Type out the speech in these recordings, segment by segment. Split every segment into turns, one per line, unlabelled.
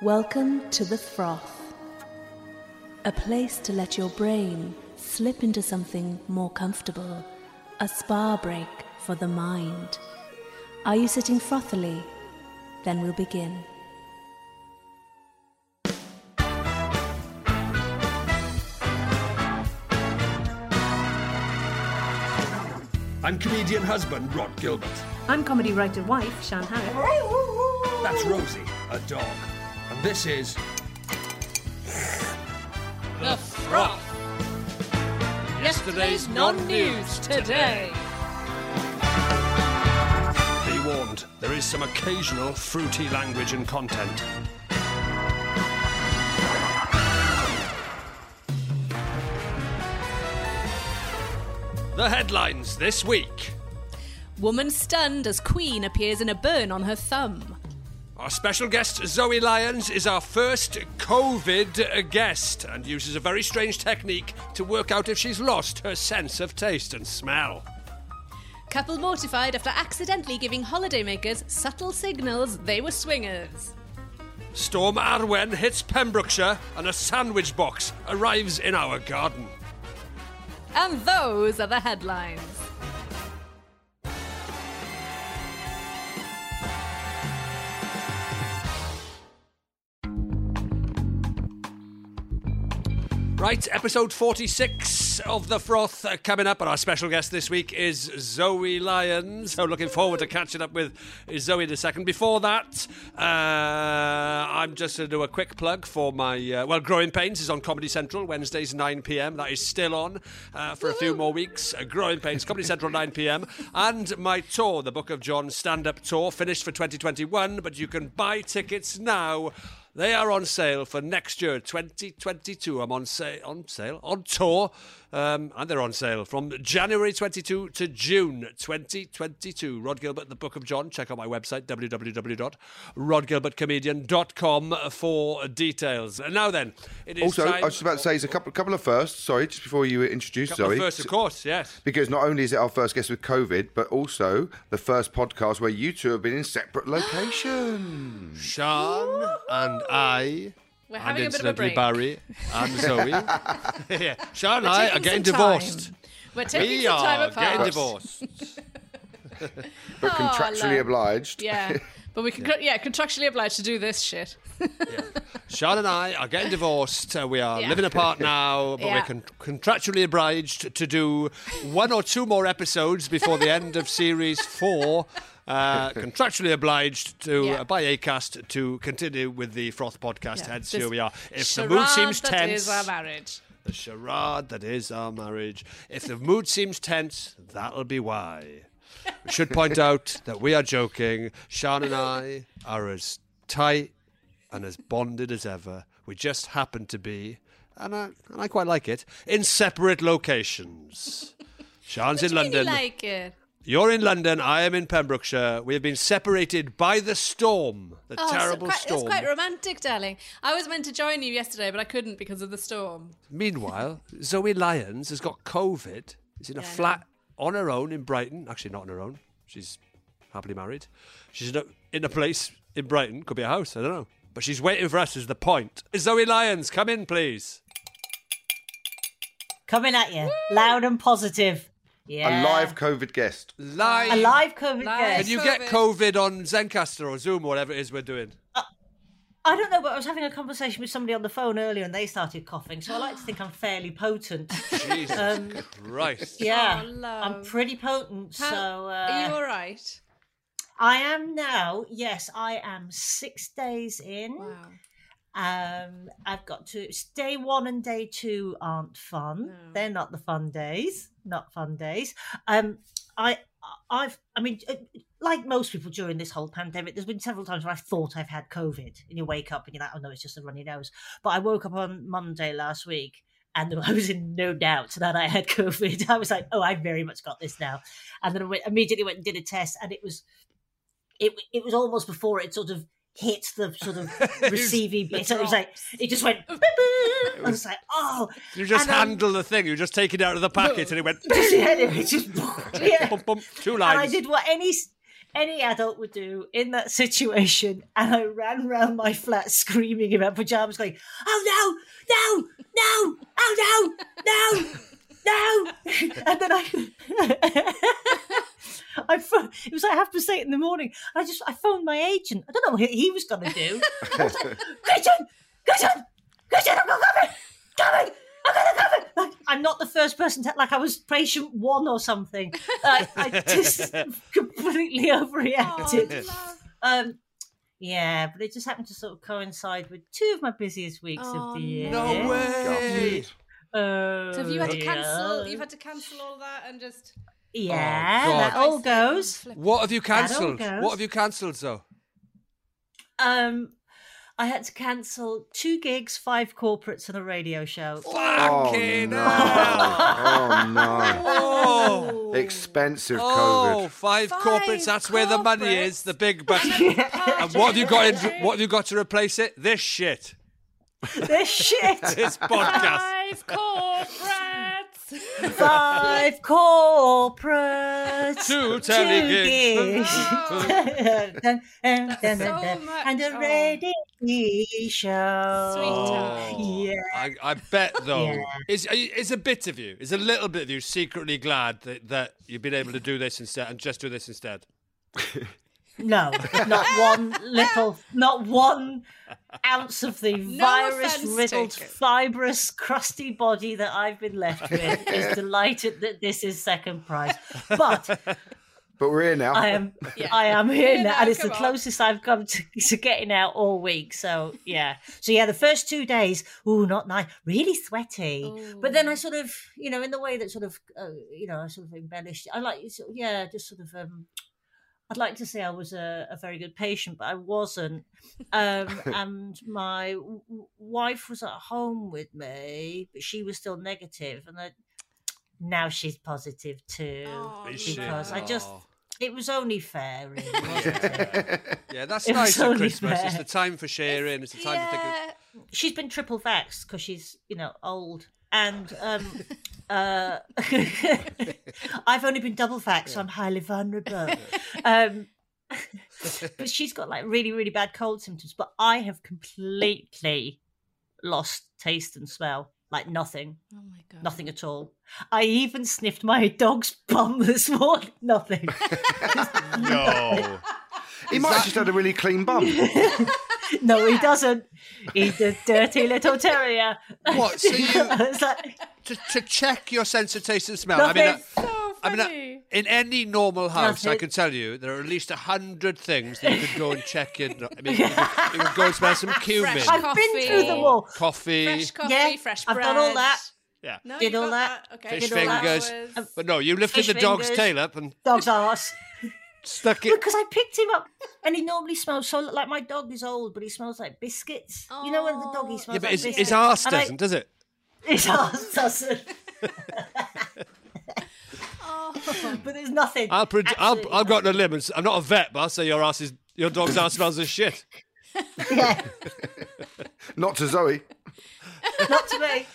Welcome to the froth. A place to let your brain slip into something more comfortable. A spa break for the mind. Are you sitting frothily? Then we'll begin.
I'm comedian husband Rod Gilbert.
I'm comedy writer wife Shan Harris.
That's Rosie, a dog. And this is.
The Froth. Yesterday's non-news today.
Be warned, there is some occasional fruity language and content. The headlines this week.
Woman stunned as Queen appears in a burn on her thumb.
Our special guest, Zoe Lyons, is our first COVID guest and uses a very strange technique to work out if she's lost her sense of taste and smell.
Couple mortified after accidentally giving holidaymakers subtle signals they were swingers.
Storm Arwen hits Pembrokeshire and a sandwich box arrives in our garden.
And those are the headlines.
Right, episode 46 of The Froth uh, coming up, and our special guest this week is Zoe Lyons. So, looking forward to catching up with Zoe in a second. Before that, uh, I'm just going to do a quick plug for my, uh, well, Growing Pains is on Comedy Central, Wednesdays, 9 pm. That is still on uh, for a few more weeks. Uh, Growing Pains, Comedy Central, 9 pm. And my tour, the Book of John stand up tour, finished for 2021, but you can buy tickets now. They are on sale for next year, 2022. I'm on sale, on sale, on tour, um, and they're on sale from January 22 to June 2022. Rod Gilbert, The Book of John. Check out my website, www.rodgilbertcomedian.com for details. And now then, it is
Also,
time
I was just about to say, there's a couple, couple of firsts. Sorry, just before you introduce
Couple of
Zoe,
firsts, of course, yes.
because not only is it our first guest with COVID, but also the first podcast where you two have been in separate locations.
Sean and I.
We're
and
having a bit of a
incidentally, Barry
break.
and Zoe. yeah. Sean and
We're
I
taking
are getting
some time.
divorced.
We're taking
We
some time
are
apart.
getting divorced.
Oh,
but contractually
love.
obliged.
Yeah, but we can, yeah. contractually obliged to do this shit.
Sean and I are getting divorced. Uh, we are
Yeah.
living apart now, but
Yeah.
we're con- contractually obliged to do one or two more episodes before the end of series four. Uh, contractually obliged to
Yeah.
uh, by Acast to continue with the Froth podcast. Hence,
This
here we are. If the mood
charade
seems
that
tense,
is our marriage.
The charade that is our marriage. If the mood seems tense, that'll be why. We should point out that we are joking. Sean and I are as tight and as bonded as ever. We just happen to be, and I, and I quite like it, in separate locations. Sean's in
Really
London.
like it.
You're in London. I am in Pembrokeshire. We have been separated by the storm, the
Oh, it's
terrible
quite,
storm.
It's quite romantic, darling. I was meant to join you yesterday, but I couldn't because of the storm.
Meanwhile, Zoe Lyons has got COVID. Is in a
Yeah, I know.
flat on her own in Brighton. Actually, not on her own. She's happily married. She's in a, in a place in Brighton. Could be a house. I don't know. But she's waiting for us. Is the point? Zoe Lyons, come in, please.
Coming at you, loud and positive.
A live COVID guest.
Live.
A live COVID guest.
Can you get COVID on Zencaster or Zoom or whatever it is we're doing?
I don't know, but I was having a conversation with somebody on the phone earlier and they started coughing, so I like to think I'm fairly potent.
Jesus
Um,
Christ.
yeah,
Oh,
I'm pretty potent.
How-
so uh,
Are you all right?
I am now. Yes, I am six days in. Um, I've got to. it's Day one and day two aren't fun. They're not the fun days. Not fun days. Um, I, I've. I mean, uh, like most people during this whole pandemic, there's been several times where I thought I've had COVID, and you wake up and you're like, oh no, it's just a runny nose. But I woke up on Monday last week. And I was in no doubt that I had COVID. I was like, "Oh, I very much got this now," and then I went, immediately went and did a test, and it was it it was almost before it sort of hit the sort of receivy bit. It was like it just went. boop, boop. I was like, oh,
You just
and, um,
handle the thing. You just take it out of the packet and it went.
Just- yeah, it just- yeah.
Bum, bum, two
and I
lines.
did what any s- any adult would do in that situation, and I ran round my flat screaming in my pajamas, going, "Oh no, no, no! Oh no, no!" No, and then I, I pho- it was like half past eight in the morning. I just I phoned my agent. I don't know what he he was going to do. I was like, Christian, Christian, Christian, I've got COVID, COVID, I've got the COVID. Like, I'm not the first person to like I was patient one or something. I, I just completely overreacted. um, yeah, but it just happened to sort of coincide with two of my busiest weeks
Oh,
of the year.
no
Yeah.
way.
Oh,
So have you had to
yeah.
cancel? You've had to cancel all that and just.
Yeah,
Oh,
God.
that all goes.
What have you
That all
cancelled?
goes.
What have you cancelled, though?
Um, I had to cancel two gigs, five corporates, and a radio show.
Oh,
Fucking
no.
hell.
Oh no!
Oh,
Expensive
oh,
COVID.
five corporates. That's where the money is, the big bang. and what have you got? In, what have you got to replace it? This shit.
This shit.
This podcast.
Five corporates!
Five corporates.
Two telly gigs.
gigs. Dun, dun, dun, dun,
So
dun.
much.
and a
Oh.
radio show.
Oh,
Yeah.
I, I bet though.
Yeah.
Is is a bit of you? Is a little bit of you secretly glad that, that you've been able to do this instead and just do this instead?
No, not one little, not one ounce of the virus
offence
riddled,
taken.
fibrous, crusty body that I've been left with is delighted that this is second prize. But
But we're here now.
I am, I am here
Yeah,
now,
no,
and it's the
come on.
closest I've come to, to getting out all week. So yeah, so yeah, the first two days, ooh, not nice, really sweaty. But then I sort of, you know, in the way that sort of, uh, you know, I sort of embellished. I like, so, yeah, just sort of. um I'd like to say I was a, a very good patient, but I wasn't. Um, and my w- w- wife was at home with me, but she was still negative, and I, now she's positive too
Is she?
because I just
Oh.
it was only fair, really, wasn't it?
Yeah, that's
It was
nice at
only
Christmas. It's
fair.
the time for sharing. It's the time to think of
yeah.
she's been triple vaxxed because she's you know old and um uh i've only been double vaxxed so i'm highly vulnerable um but she's got like really really bad cold symptoms but i have completely lost taste and smell like nothing
Oh my god.
nothing at all i even sniffed my dog's bum this morning nothing
no.
he might have just had a really clean bum.
no he doesn't he's a dirty little terrier
What? So you
It's like-
to, to check your sense of taste and smell. I mean,
Nothing.
uh,
So
I mean,
funny.
uh, in any normal house, I
Nothing.
can tell you there are at least a hundred things that you could go and check in. I mean, you could, you could go and smell some cumin,
Fresh
I've
Coffee.
been through the wall.
coffee.
Fresh coffee,
Yeah,
fresh
I've
bread.
done all that.
yeah.
No,
Did
you
all
got
that. Um,
Okay.
Fish
did all that
fingers.
was-
But no, you lifted
Fish
the dog's
fingers.
tail up and
Dog's ass.
stuck it.
Because I picked him up, and he normally smells so like my dog is old, but he smells like biscuits. You know when the doggy smells
Yeah, but
like
his,
biscuits.
his arse
And I-
doesn't, does it?
His arse doesn't. but there's nothing.
I'll, pred- I'll
Absolutely
I've got a limb. And s- I'm not a vet, but I'll say your arse is your dog's arse smells as shit.
yeah,
Not to Zoe.
not to me.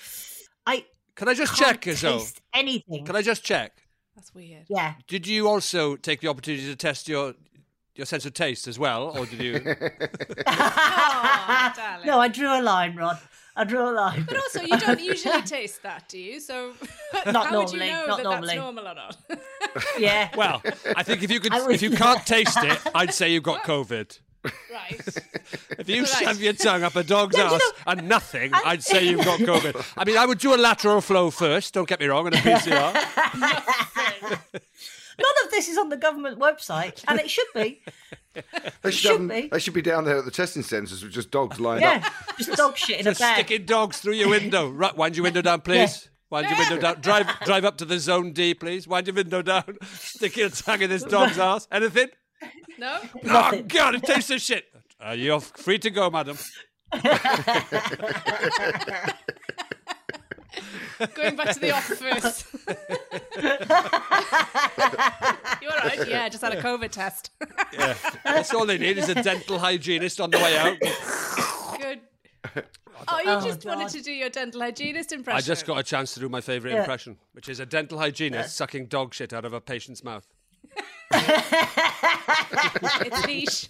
I
Can I just
can't
check, Zoe?
taste anything.
Can I just check?
That's weird.
Yeah,
Did you also take the opportunity to test your your sense of taste as well, or did you?
Oh, darling.
no, I drew a line, Rod. I draw a line.
But also, you don't usually taste that, do you? So
Not
how would
normally,
you know
not
that
normally.
that's normal or not?
yeah.
Well, I think if you could,
I would-
if you can't taste it, I'd say you've got COVID.
Right.
If you
Right.
shove your tongue up a dog's
No, you
ass and nothing, I'd say you've got COVID. I mean, I would do a lateral flow first. Don't get me wrong, and a PCR.
None of this is on the government website, and it should be.
They
Should
should, have-
be.
they should be down there at the testing centres with just dogs lined
yeah,
up.
just dog shit in a
Just
bag.
sticking dogs through your window. Right, wind your window down, please. Wind your window down. Drive, drive up to the zone D, please. Wind your window down. Stick your tongue in this dog's ass. Anything?
No?
Oh God, it tastes of shit. Uh, you're free to go, madam.
Going back to the office. you all right? Yeah, just had a COVID test.
Yeah, that's all they need is a dental hygienist on the way out.
Good. Oh, you
Oh,
just wanted
God.
to do your dental hygienist impression.
I just got a chance to do my favourite
Yeah.
impression, which is a dental hygienist sucking dog shit out of a patient's mouth.
It's niche.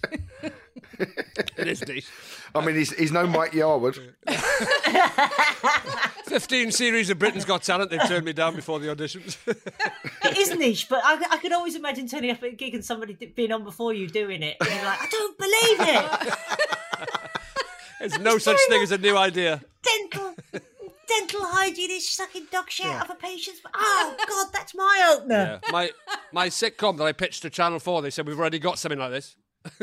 It is neat.
I mean, he's, he's no Mike Yarwood.
15 series of Britain's Got Talent. They've turned me down before the auditions.
It is niche, but I, I could always imagine turning up at a gig and somebody d- being on before you doing it. And you're like, I don't believe it.
There's no such thing as a new idea.
dental, dental hygienist sucking dog shit out of a patient's. Oh God, that's my
Yeah.
opener.
My, my sitcom that I pitched to Channel 4, they said, We've already got something like this.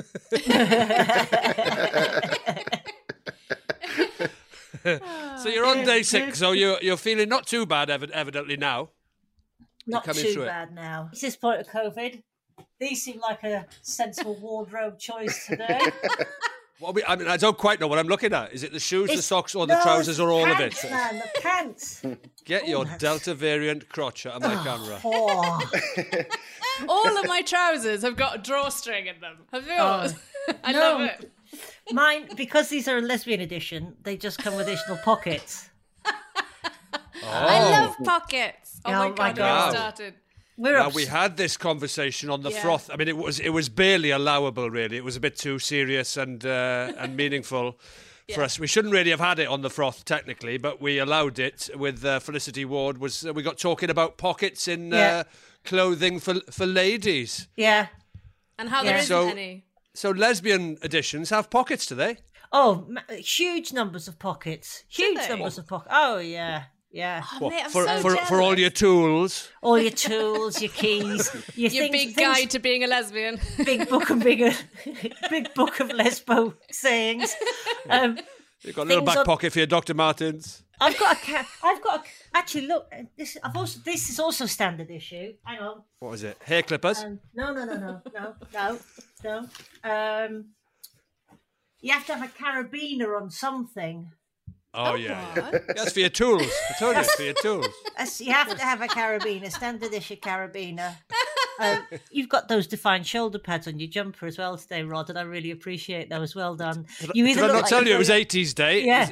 so you're on day six, so you're, you're feeling not too bad, evi- evidently, now.
Not
coming
too
through it.
bad now. It's this point of COVID. These seem like a sensible wardrobe choice today.
What we, I mean, I don't quite know what I'm looking at. Is it the shoes, the
It's-
socks, or the
No,
trousers, or all
pants,
of it?
Man, the pants.
Oh,
Get your Delta variant crotch out of
Ah,
my camera.
Oh.
All of my trousers have got a drawstring in them. Have yours? I
Oh. No.
love it.
Mine, because these are a lesbian edition, they just come with additional pockets.
Oh.
I love pockets. Oh,
Yeah,
my
oh my
god, it all
God.
started.
We're
Now
obs-
we had this conversation on the
Yeah.
froth. I mean, it was it was barely allowable. Really, it was a bit too serious and uh, and meaningful for us. We shouldn't really have had it on the froth technically, but we allowed it with uh, Felicity Ward. Was uh, we got talking about pockets in uh,
Yeah.
clothing for for ladies?
yeah.
And how
Yeah.
there isn't
So-
any.
So lesbian editions have pockets, do they?
Oh, ma- huge numbers of pockets. Huge
they?
numbers of pockets. Oh yeah, yeah.
Oh,
What,
mate, I'm
for
so
for
jealous.
for all your tools.
All your tools, your keys, your,
Your
things,
big
things-
guide to being a lesbian.
big book and bigger, big book of lesbo sayings. Um,
You've got a little
Things
back
on-
pocket for your Dr. Martens.
I've got a cat. I've got a, actually look. This I've also this is also standard issue. Hang on.
What is it? Hair clippers.
Um, no, no, no, no, no, no, no. Um, you have to have a carabiner on something.
oh yeah, yeah. That's for your tools. I told you, it's for your tools.
That's- you have to have a carabiner, standard issue carabiner. Um, you've got those defined shoulder pads on your jumper as well today, Rod, and I really appreciate those. Well done. You
Did I
look
not
like
tell
you're
you it was
going-
80s day?
Yeah.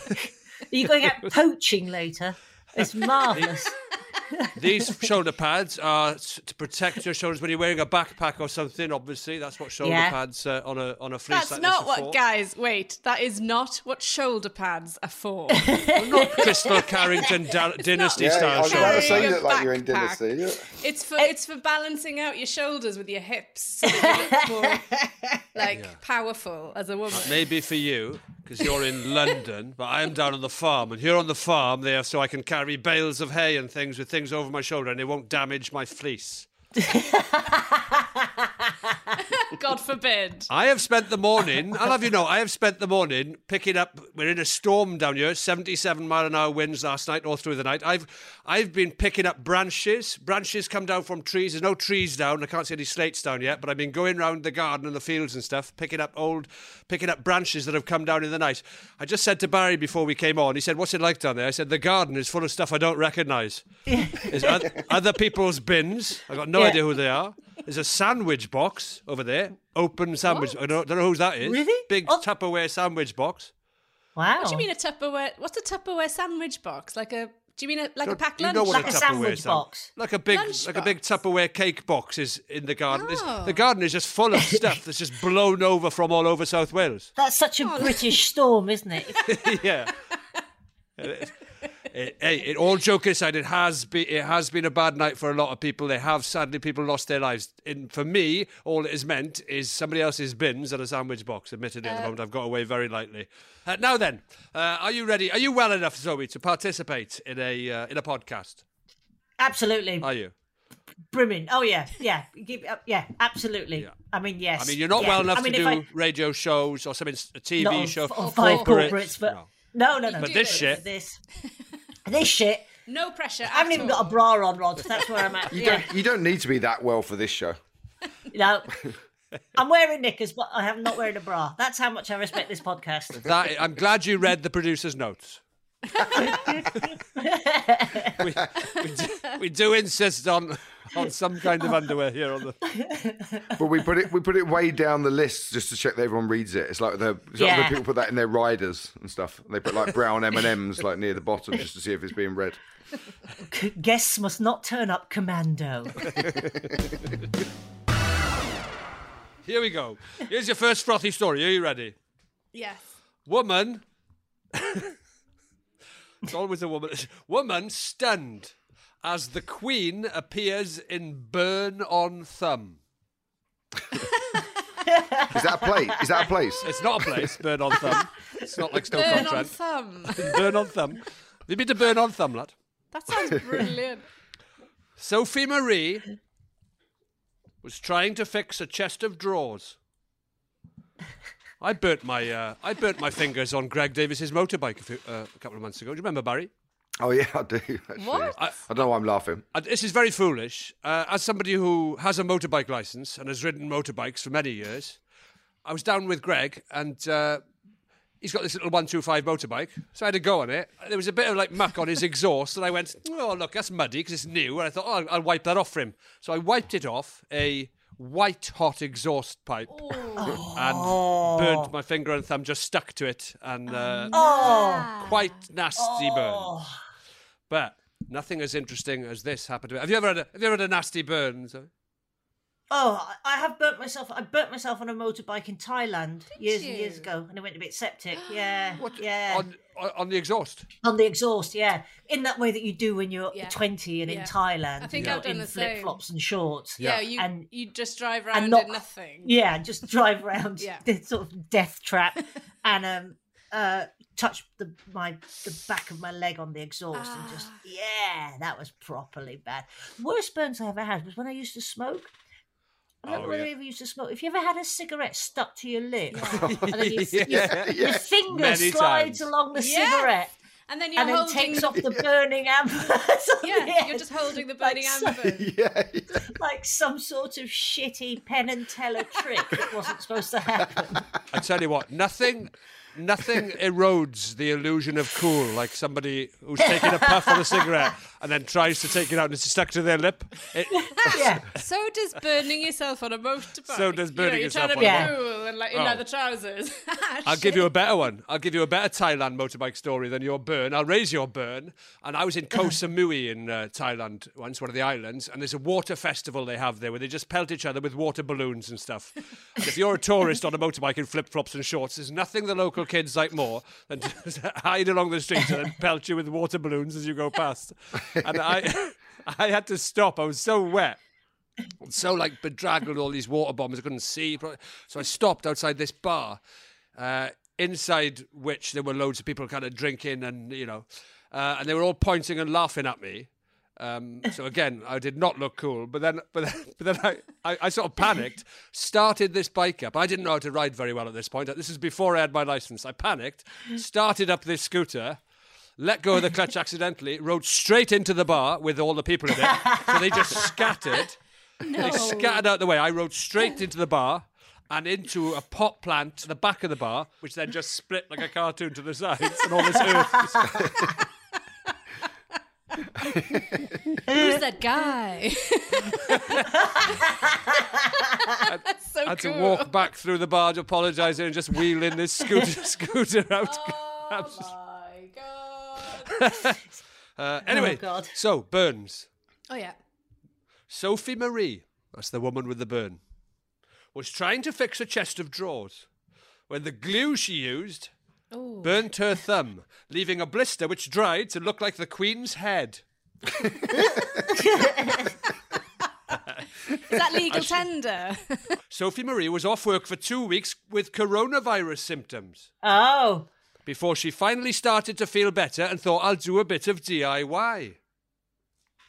you're going out poaching later. It's marvellous.
These shoulder pads are s- to protect your shoulders when you're wearing a backpack or something. Obviously, that's what shoulder
Yeah.
pads uh, on a on a fleece.
That's
like
not
this are
what, guys. Wait, that is not what shoulder pads are for.
for. Crystal Carrington da- dynasty
Yeah,
style
I was about to
shoulders.
say you
Carrying
look
a
like you're in
backpack.
Dynasty. yeah.
it's for it's for balancing out your shoulders with your hips, so that you look more like powerful as a woman.
Maybe for you, because you're in London, but I am down on the farm, and here on the farm, they are so I can carry bales of hay and things with things over my shoulder, and it won't damage my fleece.
God forbid.
I have spent the morning, I'll have you know, I have spent the morning picking up. We're in a storm down here, 77 mile an hour winds last night, all through the night. I've I've been picking up branches. Branches come down from trees. There's no trees down. I can't see any slates down yet, but I've been going round the garden and the fields and stuff, picking up old, picking up branches that have come down in the night. I just said to Barry before we came on, he said, What's it like down there? I said, The garden is full of stuff I don't recognise. There's oth- other people's bins. I've got no
Yeah.
idea who they are. There's a sandwich box over there, open sandwich. I don't, don't know whose that is.
Really?
Big
Oh.
Tupperware sandwich box.
Wow.
What do you mean a Tupperware? What's a Tupperware sandwich box? Like a? Do you mean a, like a
Don't-
packed
you
lunch?
know what
Like a sandwich
sand-
box.
Like a big,
Lunch
like a big
box.
Tupperware cake box is in the garden. It's-
Oh.
The garden is just full of stuff that's just blown over from all over South Wales.
Oh,
That's such a British storm, isn't it?
yeah. It- it- hey, it, all joke aside, it has been it has been a bad night for a lot of people. They have sadly people lost their lives. And for me, all it has meant is somebody else's bins and a sandwich box. Admittedly, at the
Uh,
moment, I've got away very lightly. Uh, now then, uh, are you ready? Are you well enough, Zoe, to participate in a uh, in a podcast?
Absolutely.
Are you?
Brilliant. Oh yeah, yeah. Give it up. Yeah, absolutely. I mean, yes.
I mean, you're not
yeah.
well enough
I mean,
to do
if I-
radio shows or something, a
not
TV
on-
show.
on five corporates, but no, no, no.
But this shit.
This, this shit.
No pressure.
I haven't even got a bra on, Rod. That's where I'm at.
You
yeah.
don't. You don't need to be that well for this show.
No. I'm wearing knickers, but I am not wearing a bra. That's how much I respect this podcast.
That, I'm glad you read the producer's notes. we, we, do, we do insist on on some kind of underwear here on the.
But we put it. We put it way down the list just to check that everyone reads it. It's like the it's like
Yeah.
when people put that in their riders and stuff. They put like brown M and M's like near the bottom just to see if it's being read.
Guests must not turn up commando.
Here we go. Here's your first frothy story. Are you ready?
Yes.
Woman. it's always a woman. Woman stunned as the Queen appears in Burn on Thumb.
Is that a place? Is that a place?
It's not a place. Burn on Thumb. It's not like Stoke
Burn
on
on
Trent.
thumb.
burn on Thumb. Have you been to Burn on Thumb, lad?
That sounds brilliant.
Sophie Marie was trying to fix a chest of drawers. I burnt my uh, I burnt my fingers on Greg Davis's motorbike a, few, uh, a couple of months ago. Do you remember Barry?
Oh yeah, I do. Actually.
What?
I, I don't know why I'm laughing.
Uh, this is very foolish. Uh, as somebody who has a motorbike license and has ridden motorbikes for many years, I was down with Greg and uh, he's got this little 125 motorbike. So I had a go on it. There was a bit of like muck on his exhaust and I went, oh, look, that's muddy because it's new. And I thought, oh, I'll, I'll wipe that off for him. So I wiped it off a white hot exhaust pipe and burned my finger and thumb just stuck to it and uh,
Oh.
quite nasty burn. But nothing as interesting as this happened to me. Have you ever had a, have you ever had a nasty burn? Zoe?
Oh, I- I have burnt myself. I burnt myself on a motorbike in Thailand years and years ago, and it went a bit septic. Yeah, yeah.
On, on- on the exhaust?
On the exhaust, yeah. In that way that you do when you're 20 and
Yeah.
in Thailand.
I think
you know,
I've done
in
the same.
flip flops and shorts.
Yeah, you
and
you just drive around
not-
in nothing.
yeah, just drive around
Yeah.
the sort of death trap and um uh touch the my the back of my leg on the exhaust and just
Ah.
yeah, that was properly bad. Worst burns I ever had was when I used to smoke. I don't
Oh,
know whether
yeah.
you ever used to smoke. If you ever had a cigarette stuck to your lip, and then your, your-
Yeah,
your
yeah.
finger
Many times.
slides along the
Yes.
cigarette,
And then you're
and then
holding
takes off the burning amber.
Yeah, you're just holding the burning amber.
like some sort of shitty pen and teller trick that wasn't supposed to happen.
I tell you what, nothing, nothing erodes the illusion of cool like somebody who's taking a puff on a cigarette and then tries to take it out and it's stuck to their lip. It,
yeah.
So does burning yourself on a motorbike.
So does burning
you know, you're
yourself
trying to
on
be
a motorbike.
cool and like in
Oh.
leather trousers.
I'll give you a better one. I'll give you a better Thailand motorbike story than your burn. I'll raise your burn. And I was in Koh Samui in uh, Thailand once, one of the islands, and there's a water festival they have there where they just pelt each other with water balloons and stuff. And if you're a tourist on a motorbike in flip flops and shorts, there's nothing the local kids like more than to hide along the streets and then pelt you with water balloons as you go past. And I, I had to stop. I was so wet so like bedraggled all these water bombs I couldn't see. pro- So I stopped outside this bar, uh, inside which there were loads of people kind of drinking and you know, uh, and they were all pointing and laughing at me. Um, so again, I did not look cool. But then, but then, but then I, I, I sort of panicked, started this bike up. I didn't know how to ride very well at this point. This is before I had my license. I panicked, started up this scooter. Let go of the clutch accidentally, rode straight into the bar with all the people in it. So they just scattered.
No.
They scattered out the way. I rode straight into the bar and into a pot plant at the back of the bar, which then just split like a cartoon to the sides and all this earth.
Who's that guy? That's so
I had
cool.
to walk back through the bar to apologise and just wheel in this scooter, scooter out. Oh my god. uh, anyway,
Oh, God.
so Burns.
Oh yeah.
Sophie Marie, that's the woman with the burn, was trying to fix a chest of drawers when the glue she used
Ooh.
burnt her thumb, leaving a blister which dried to look like the Queen's head.
Is that legal
I should-
tender?
Sophie Marie was off work for two weeks with coronavirus symptoms.
Oh.
Before she finally started to feel better and thought, I'll do a bit of DIY.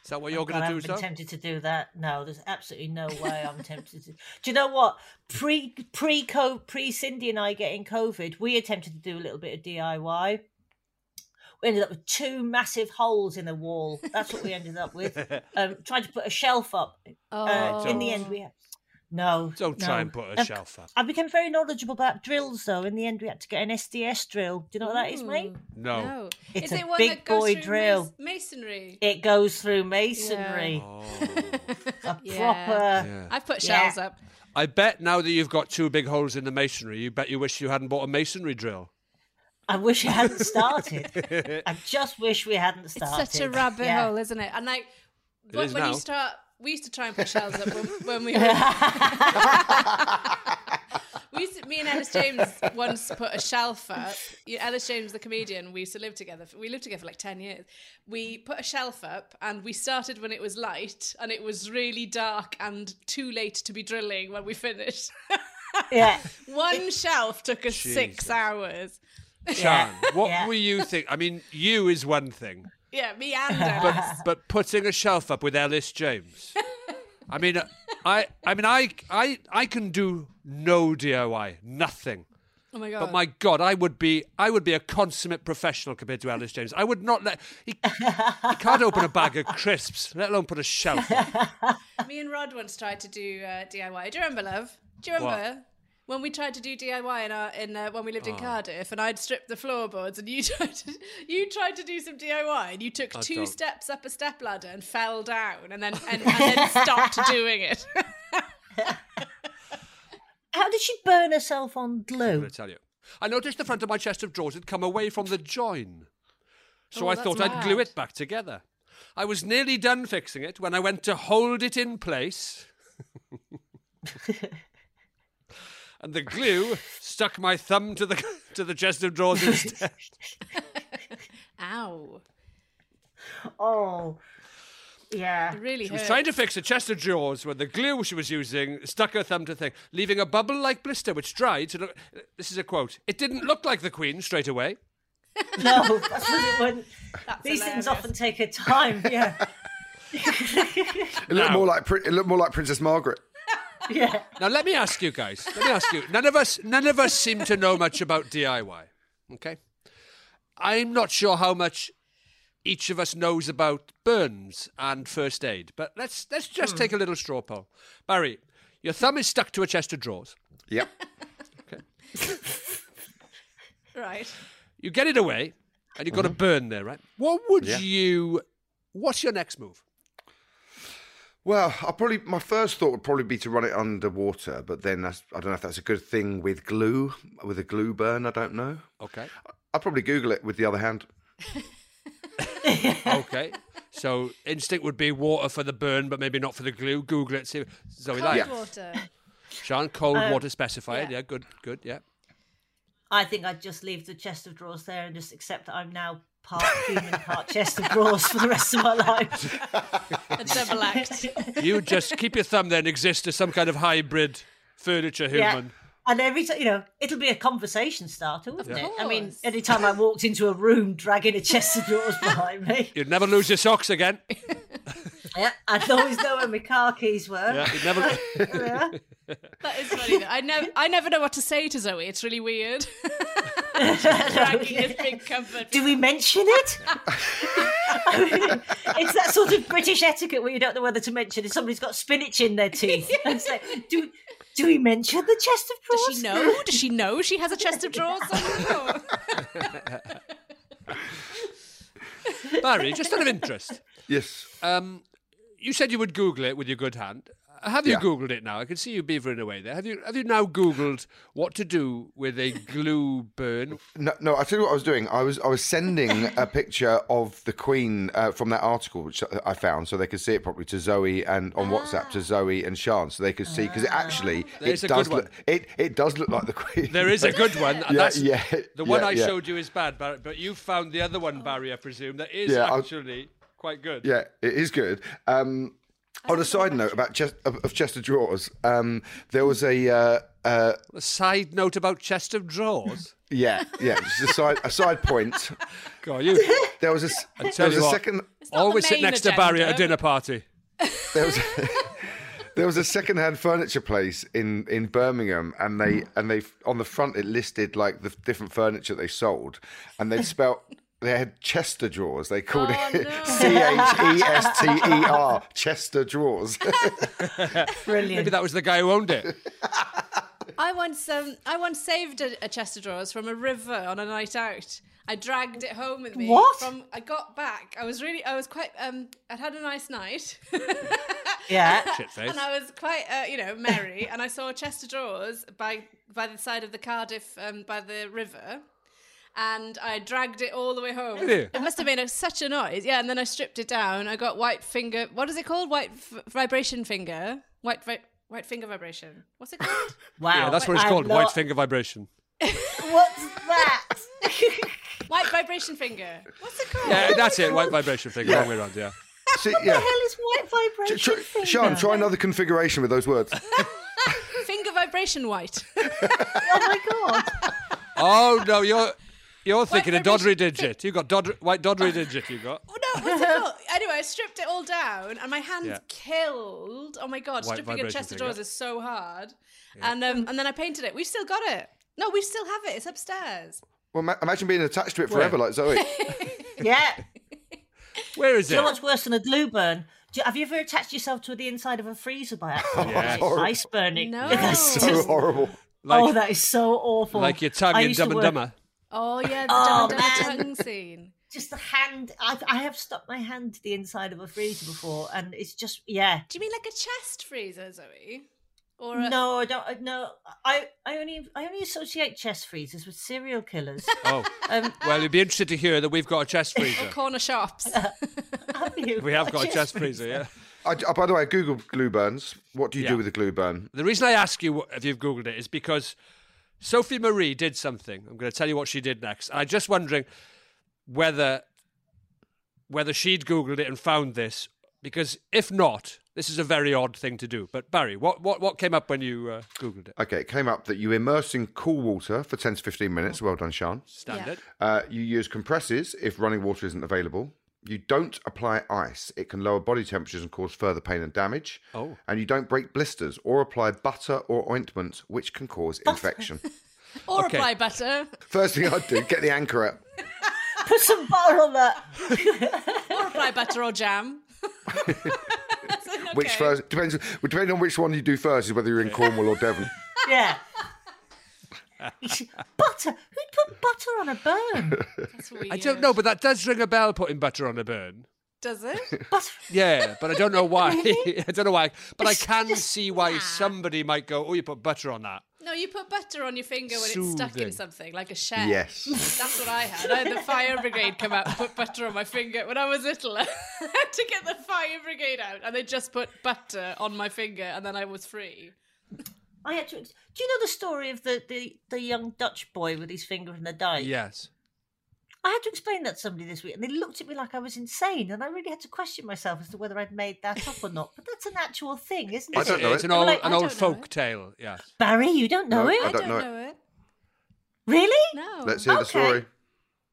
Is that what you're
Oh, God,
going
I
to do,
haven't been
Zoe?
tempted to do that. No, there's absolutely no way I'm tempted to. Do you know what? Pre pre co pre Cindy and I getting COVID, we attempted to do a little bit of DIY. We ended up with two massive holes in the wall. That's what we ended up with. Um, tried to put a shelf up. Uh, in the end, we had, no.
Don't
no.
try and put a
I've-
shelf up.
I became very knowledgeable about drills, though. In the end, we had to get an SDS drill. Do you know what that is, mate?
No.
No.
It's
Oh. Is
a
it one
big
that goes
boy
through
drill.
mas- masonry?
It goes through masonry. A
Yeah.
proper.
Oh. Yeah.
I've put
Yeah.
shells up.
I bet now that you've got two big holes in the masonry, you bet you wish you hadn't bought a masonry drill.
I wish it hadn't started. I just wish we hadn't
It's
started.
such a rabbit
Yeah.
hole, isn't it? And like,
It
when,
is
when
now.
you start, we used to try and put shells up when, when we were. we used to, me and Ellis James once put a shelf up. You- Ellis James, the comedian, we used to live together. For, we lived together for like 10 years. We put a shelf up and we started when it was light and it was really dark and too late to be drilling when we finished.
Yeah.
One shelf took us
Jesus.
six hours.
Sean, what
Yeah.
were you think? I mean, you is one thing,
Yeah, me and Ellis.
but but putting a shelf up with Ellis James. I mean, I I mean, I I I can do no DIY, nothing.
Oh my God.
But my God, I would be I would be a consummate professional compared to Ellis James. I would not let he, he can't open a bag of crisps, let alone put a shelf. Up.
Me and Rod once tried to do uh, DIY. Do you remember, love? Do you remember when we tried to do DIY in our in uh, when we
Oh.
lived in Cardiff, and I'd stripped the floorboards, and you tried to, you tried to do some DIY, and you took
I
2
don't.
steps up a step ladder and fell down, and then and, and then stopped doing it.
How did she burn herself on
I'm
glue?
going to tell you. I noticed the front of my chest of drawers had come away from the join. So
Oh,
I
that's
thought I'd glue
mad.
it back together. I was nearly done fixing it when I went to hold it in place. and the glue stuck my thumb to the to the chest of drawers instead.
Ow!
Oh, yeah.
It really
She was
hurt.
trying to fix a chest of drawers when the glue she was using stuck her thumb to the thing, leaving a bubble like blister which dried to look. This is a quote. It didn't look like the Queen straight away.
No, that's what it wouldn't. These
hilarious.
things often take a time. Yeah.
It looked more like Prin- it looked more like Princess Margaret.
Yeah.
Now let me ask you guys. Let me ask you. None of us, none of us seem to know much about DIY. Okay, I'm not sure how much each of us knows about burns and first aid, but let's let's just take a little straw poll. Barry, your thumb is stuck to a chest of drawers.
Yep.
Right.
You get it away, and you've got a burn there, right? What would
Yeah.
you? What's your next move?
Well, I probably my first thought would probably be to run it underwater, but then that's, I don't know if that's a good thing with glue, with a glue burn. I don't know.
Okay.
I'll probably Google it with the other hand.
Okay. So instinct would be water for the burn, but maybe not for the glue. Google it. See. Zoe,
Cold
like
water.
Sean, cold water specified.
yeah.
yeah, good, good. Yeah.
I think I'd just leave the chest of drawers there and just accept that I'm now part human, part chest of drawers for the rest of my life.
A double act.
You just keep your thumb there and exist as some kind of hybrid furniture
Yeah.
human.
And every time, you know, it'll be a conversation starter, wouldn't it? I mean,
course.
any time I walked into a room dragging a chest of drawers behind me,
You'd never lose your socks again.
yeah, I'd always know where my car keys were.
Yeah, you'd never.
Yeah.
That is funny. Though. I know. I never know what to say to Zoe. It's really weird. Dragging his big comfort.
Do we mention it? it's that sort of British etiquette where you don't know whether to mention if somebody's got spinach in their teeth. It's like, do do we mention the chest of drawers?
Does she know? Does she know she has a chest of drawers? on?
Barry, just out of interest,
Yes.
um, you said you would Google it with your good hand. Have you googled it now? I can see you beavering away there. Have you have you now googled what to do with a glue burn?
No, no. I tell you what I was doing. I was I was sending a picture of the Queen uh, from that article which I found, so they could see it properly to Zoe and on WhatsApp
Ah.
to Zoe and Sean, so they could see because it actually
There's
it
Ah. a good
does
one.
look it it does look like the Queen.
There is a good one. and
yeah,
that's,
yeah,
The one
yeah,
I
yeah.
showed you is bad, Barrett, but you found the other one, Barry, I presume, that is
Yeah, I-
actually quite good.
Yeah, it is good. Um, on a side note about Ches- of, of Chester drawers, um, there was a. Uh, uh,
A side note about chest of drawers.
yeah, yeah, just a side a side point.
God, you.
There was a, s-
I
there
tell
was
you
a
what,
second
always sit
main
next to Barry at a
agenda.
dinner party.
there was there was a second-hand furniture place in in Birmingham, and they
Mm.
and they on the front it listed like the different furniture they sold, and they'd spelt. They had Chester drawers. They called
Oh,
it C H E S T E R Chester drawers.
Brilliant.
Maybe that was the guy who owned it.
I once um, I once saved a, a chest of drawers from a river on a night out. I dragged it home with me.
What?
From I got back, I was really, I was quite. Um, I'd had a nice night,
Yeah.
Shitface.
and I was quite, uh, you know, merry. and I saw a chest of drawers by by the side of the Cardiff, um, by the river, and I dragged it all the way home.
Did you?
It must have made a, such a noise. Yeah, and then I stripped it down. I got white finger. What is it called? White v- vibration finger. White vi- white finger vibration. What's it called?
Wow.
Yeah, that's what it's
I'm
called.
not-
White finger vibration.
What's that?
White vibration finger. What's it called?
Yeah, that's it. White vibration finger.
Yeah.
Wrong way around. Yeah.
See,
the
yeah.
hell is white
Tr-
vibration?
tr- Sean,
finger?
try another configuration with those words.
Finger vibration white.
Oh my god.
Oh no, you're you're thinking of
vibration
Doddery Digit. You got Dodder, white Doddery Digit. You got.
Oh no, what's it called? Anyway, I stripped it all down and my hands
Yeah.
killed. Oh my
White
god, stripping a
vibration
chest of
finger.
drawers is so hard. And um, and then I painted it. We've still got it. No, we still have it. It's upstairs.
Well, ma- imagine being attached to it forever, like Zoe.
Yeah.
Where is
Do
it?
you know what's worse than a glue burn? Do you, have you ever attached yourself to the inside of a freezer by accident?
Yes.
It's Ice burning.
No.
That's
So
So
just-
horrible.
Like-
oh, that is so awful.
like your tongue
I
in
used to
Dumb and
work-
Dumber.
Oh yeah, the
Oh,
dumb and dumber
man.
tongue scene.
Just the hand. I, I have stuck my hand to the inside of a freezer before, and it's just yeah.
Do you mean like a chest freezer, Zoe? Or a,
No, I don't. I- No, I, I only, I only associate chest freezers with serial killers.
Oh,
Um,
well, you'd be interested to hear that we've got a chest freezer.
corner shops?
have you
We have got a chest freezer. Yeah.
I, I- by the way, I googled glue burns. What do you
Yeah.
do with a glue burn?
The reason I ask you what- if you've Googled it is because Sophie Marie did something. I'm going to tell you what she did next. I'm just wondering whether whether she'd Googled it and found this, because if not, this is a very odd thing to do. But Barry, what, what, what came up when you uh, Googled it?
Okay, it came up that you immerse in cool water for 10 to 15
Mm.
minutes. Well done, Sean.
Standard.
Uh, you use compresses if running water isn't available. You don't apply ice. It can lower body temperatures and cause further pain and damage.
Oh.
And you don't break blisters or apply butter or ointment, which can cause infection.
or
Okay.
apply butter.
First thing I'd do, get the anchor out.
Put some butter on that.
Or apply butter or jam.
Which
Okay.
first depends depending on which one you do first is whether you're in Cornwall or Devon.
Yeah. butter? Who'd put butter on a burn?
That's weird.
I don't know, but that does ring a bell putting butter on a burn.
Does it?
Butter.
Yeah, but I don't know why. I don't know why. But I can see why somebody might go, oh, you put butter on that.
No, you put butter on your finger when it's stuck
Soothing.
in something, like a shell.
Yes.
That's what I had. I had the fire brigade come out and put butter on my finger when I was little. I had to get the fire brigade out, and they just put butter on my finger, and then I was free.
I had to. ex- Do you know the story of the, the, the young Dutch boy with his finger in the dike?
Yes.
I had to explain that to somebody this week, and they looked at me like I was insane, and I really had to question myself as to whether I'd made that up or not. But that's an actual thing, isn't it?
I don't know
It's an
it.
old,
Like,
an
I
old
don't know
folk tale. Yes.
Barry, you don't know
No,
it?
I don't know it.
know it.
Really?
No.
Let's hear the
Okay.
story.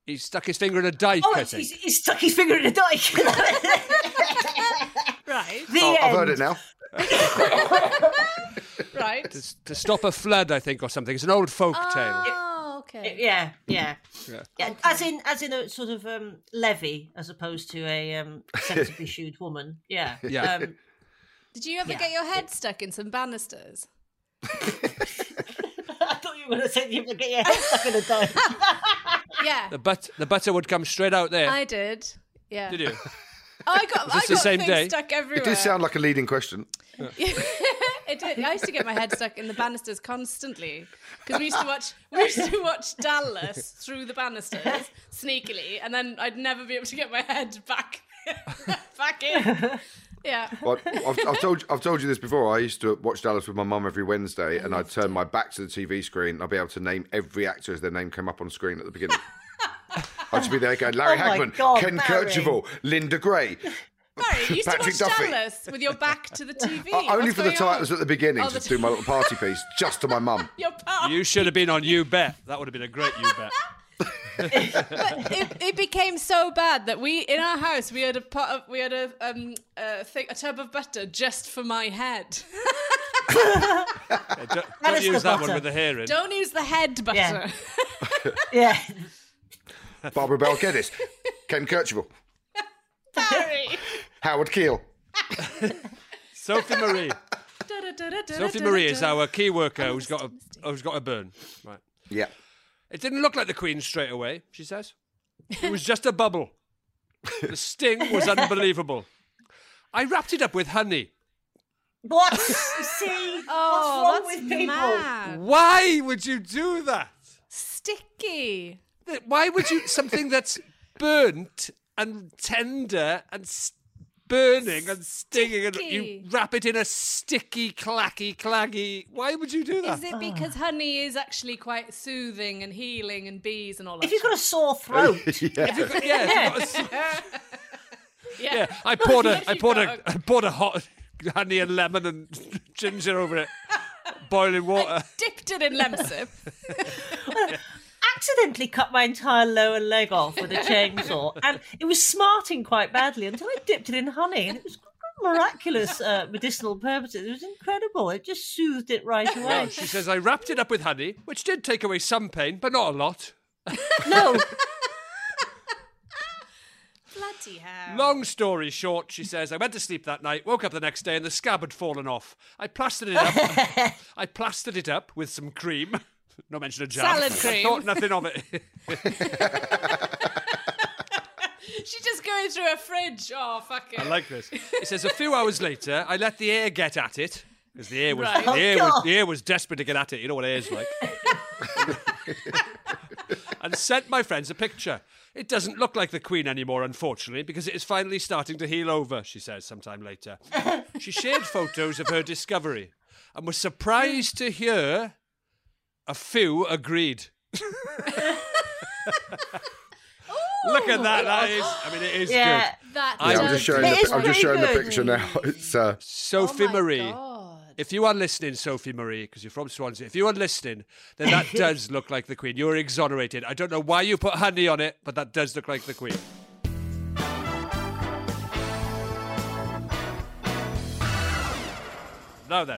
He stuck his finger in a dike,
Oh,
I
it's,
think.
he's, he's stuck his finger in a dike.
Right,
the
Oh,
end.
I've heard it now.
right.
To, to stop a flood, I think, or something. It's an old folk tale.
Oh, okay.
Yeah, yeah,
Yeah.
yeah. As in, as in a sort of um, levy, as opposed to a um, sensibly shoed woman. Yeah,
Yeah.
Um,
Did you ever
Yeah.
get your head stuck in some banisters?
I thought you were going to say you were get your head stuck in a dike.
Yeah,
The, but, the butter would come straight out there.
I did. Yeah. Oh,
Did you?
I got, I got
the same
things
day?
stuck everywhere.
It did sound like a leading question.
it did. I used to get my head stuck in the banisters constantly because we used to watch we used to watch Dallas through the banisters sneakily, and then I'd never be able to get my head back back in. Yeah.
Well, I've, I've told I've told you this before. I used to watch Dallas with my mum every Wednesday, and I'd turn my back to the TV screen. and I'd be able to name every actor as their name came up on screen at the beginning. I'd just be there going, Larry
Oh my
Hagman,
God,
Ken
Barry.
Kercheval, Linda Gray.
Barry, you used to
Patrick
watch
Duffy.
Dallas with your back to the TV.
Only
What's
for the
going on?
titles at the beginning
Oh,
to
the
do my little party piece, just to my mum.
Your part.
You should have been on You Bet. That would have been a great You Bet.
it, it became so bad that we in our house we had a pot of we had a um a, thing, a tub of butter just for my head.
Yeah, don't
That
don't
is
use
the
that one
button.
with the hair in.
Don't use the head butter.
yeah.
Barbara Bel Geddes, Ken Kercheval,
Barry.
Howard Keel.
Sophie Marie. Sophie Marie is our key worker who's got a who's got a burn. Right.
Yeah.
It didn't look like the Queen straight away. She says it was just a bubble. The sting was unbelievable. I wrapped it up with honey.
What? See?
Oh,
What's wrong
that's
with people?
mad.
Why would you do that?
Sticky.
Th- Why would you something that's burnt and tender and s- burning and stinging and you
Sticky.
wrap it in a sticky clacky claggy? Why would you do that?
Is it because
Ah.
honey is actually quite soothing and healing and bees and all that?
If you've got a sore throat.
If you've got- yeah, if you've got a
yeah.
Yeah, I poured a, I poured a, I poured a hot honey and lemon and ginger over it, boiling water.
dipped it in lemsip.
accidentally cut my entire lower leg off with a chainsaw, and it was smarting quite badly until I dipped it in honey, and it was miraculous uh, medicinal purposes. It was incredible. It just soothed it right
Well,
away.
she says I wrapped it up with honey, which did take away some pain, but not a lot.
no,
Bloody hell.
Long story short, she says I went to sleep that night, woke up the next day, and the scab had fallen off. I plastered it up. I plastered it up with some cream. No mention of jam.
Salad
I
cream.
thought nothing of it.
She's just going through a fridge. Oh, fuck it.
I like this. It says a few hours later, I let the air get at it because the air was
Right.
the,
Oh,
air was
God.
the air was desperate to get at it. You know what air's like. and sent my friends a picture. It doesn't look like the Queen anymore, unfortunately, because it is finally starting to heal over. She says sometime later. she shared photos of her discovery and was surprised to hear a few agreed. Look at that! That is. I mean, it is good.
yeah.
That
Yeah, I'm
does-
just showing, the,
It is
pic- I'm just
pretty
showing the
good.
picture now. It's uh,
Sophie
Oh my
Marie.
God.
If you are listening, Sophie Marie, because you're from Swansea, if you are listening, then that does look like the Queen. You're exonerated. I don't know why you put honey on it, but that does look like the Queen. Now then.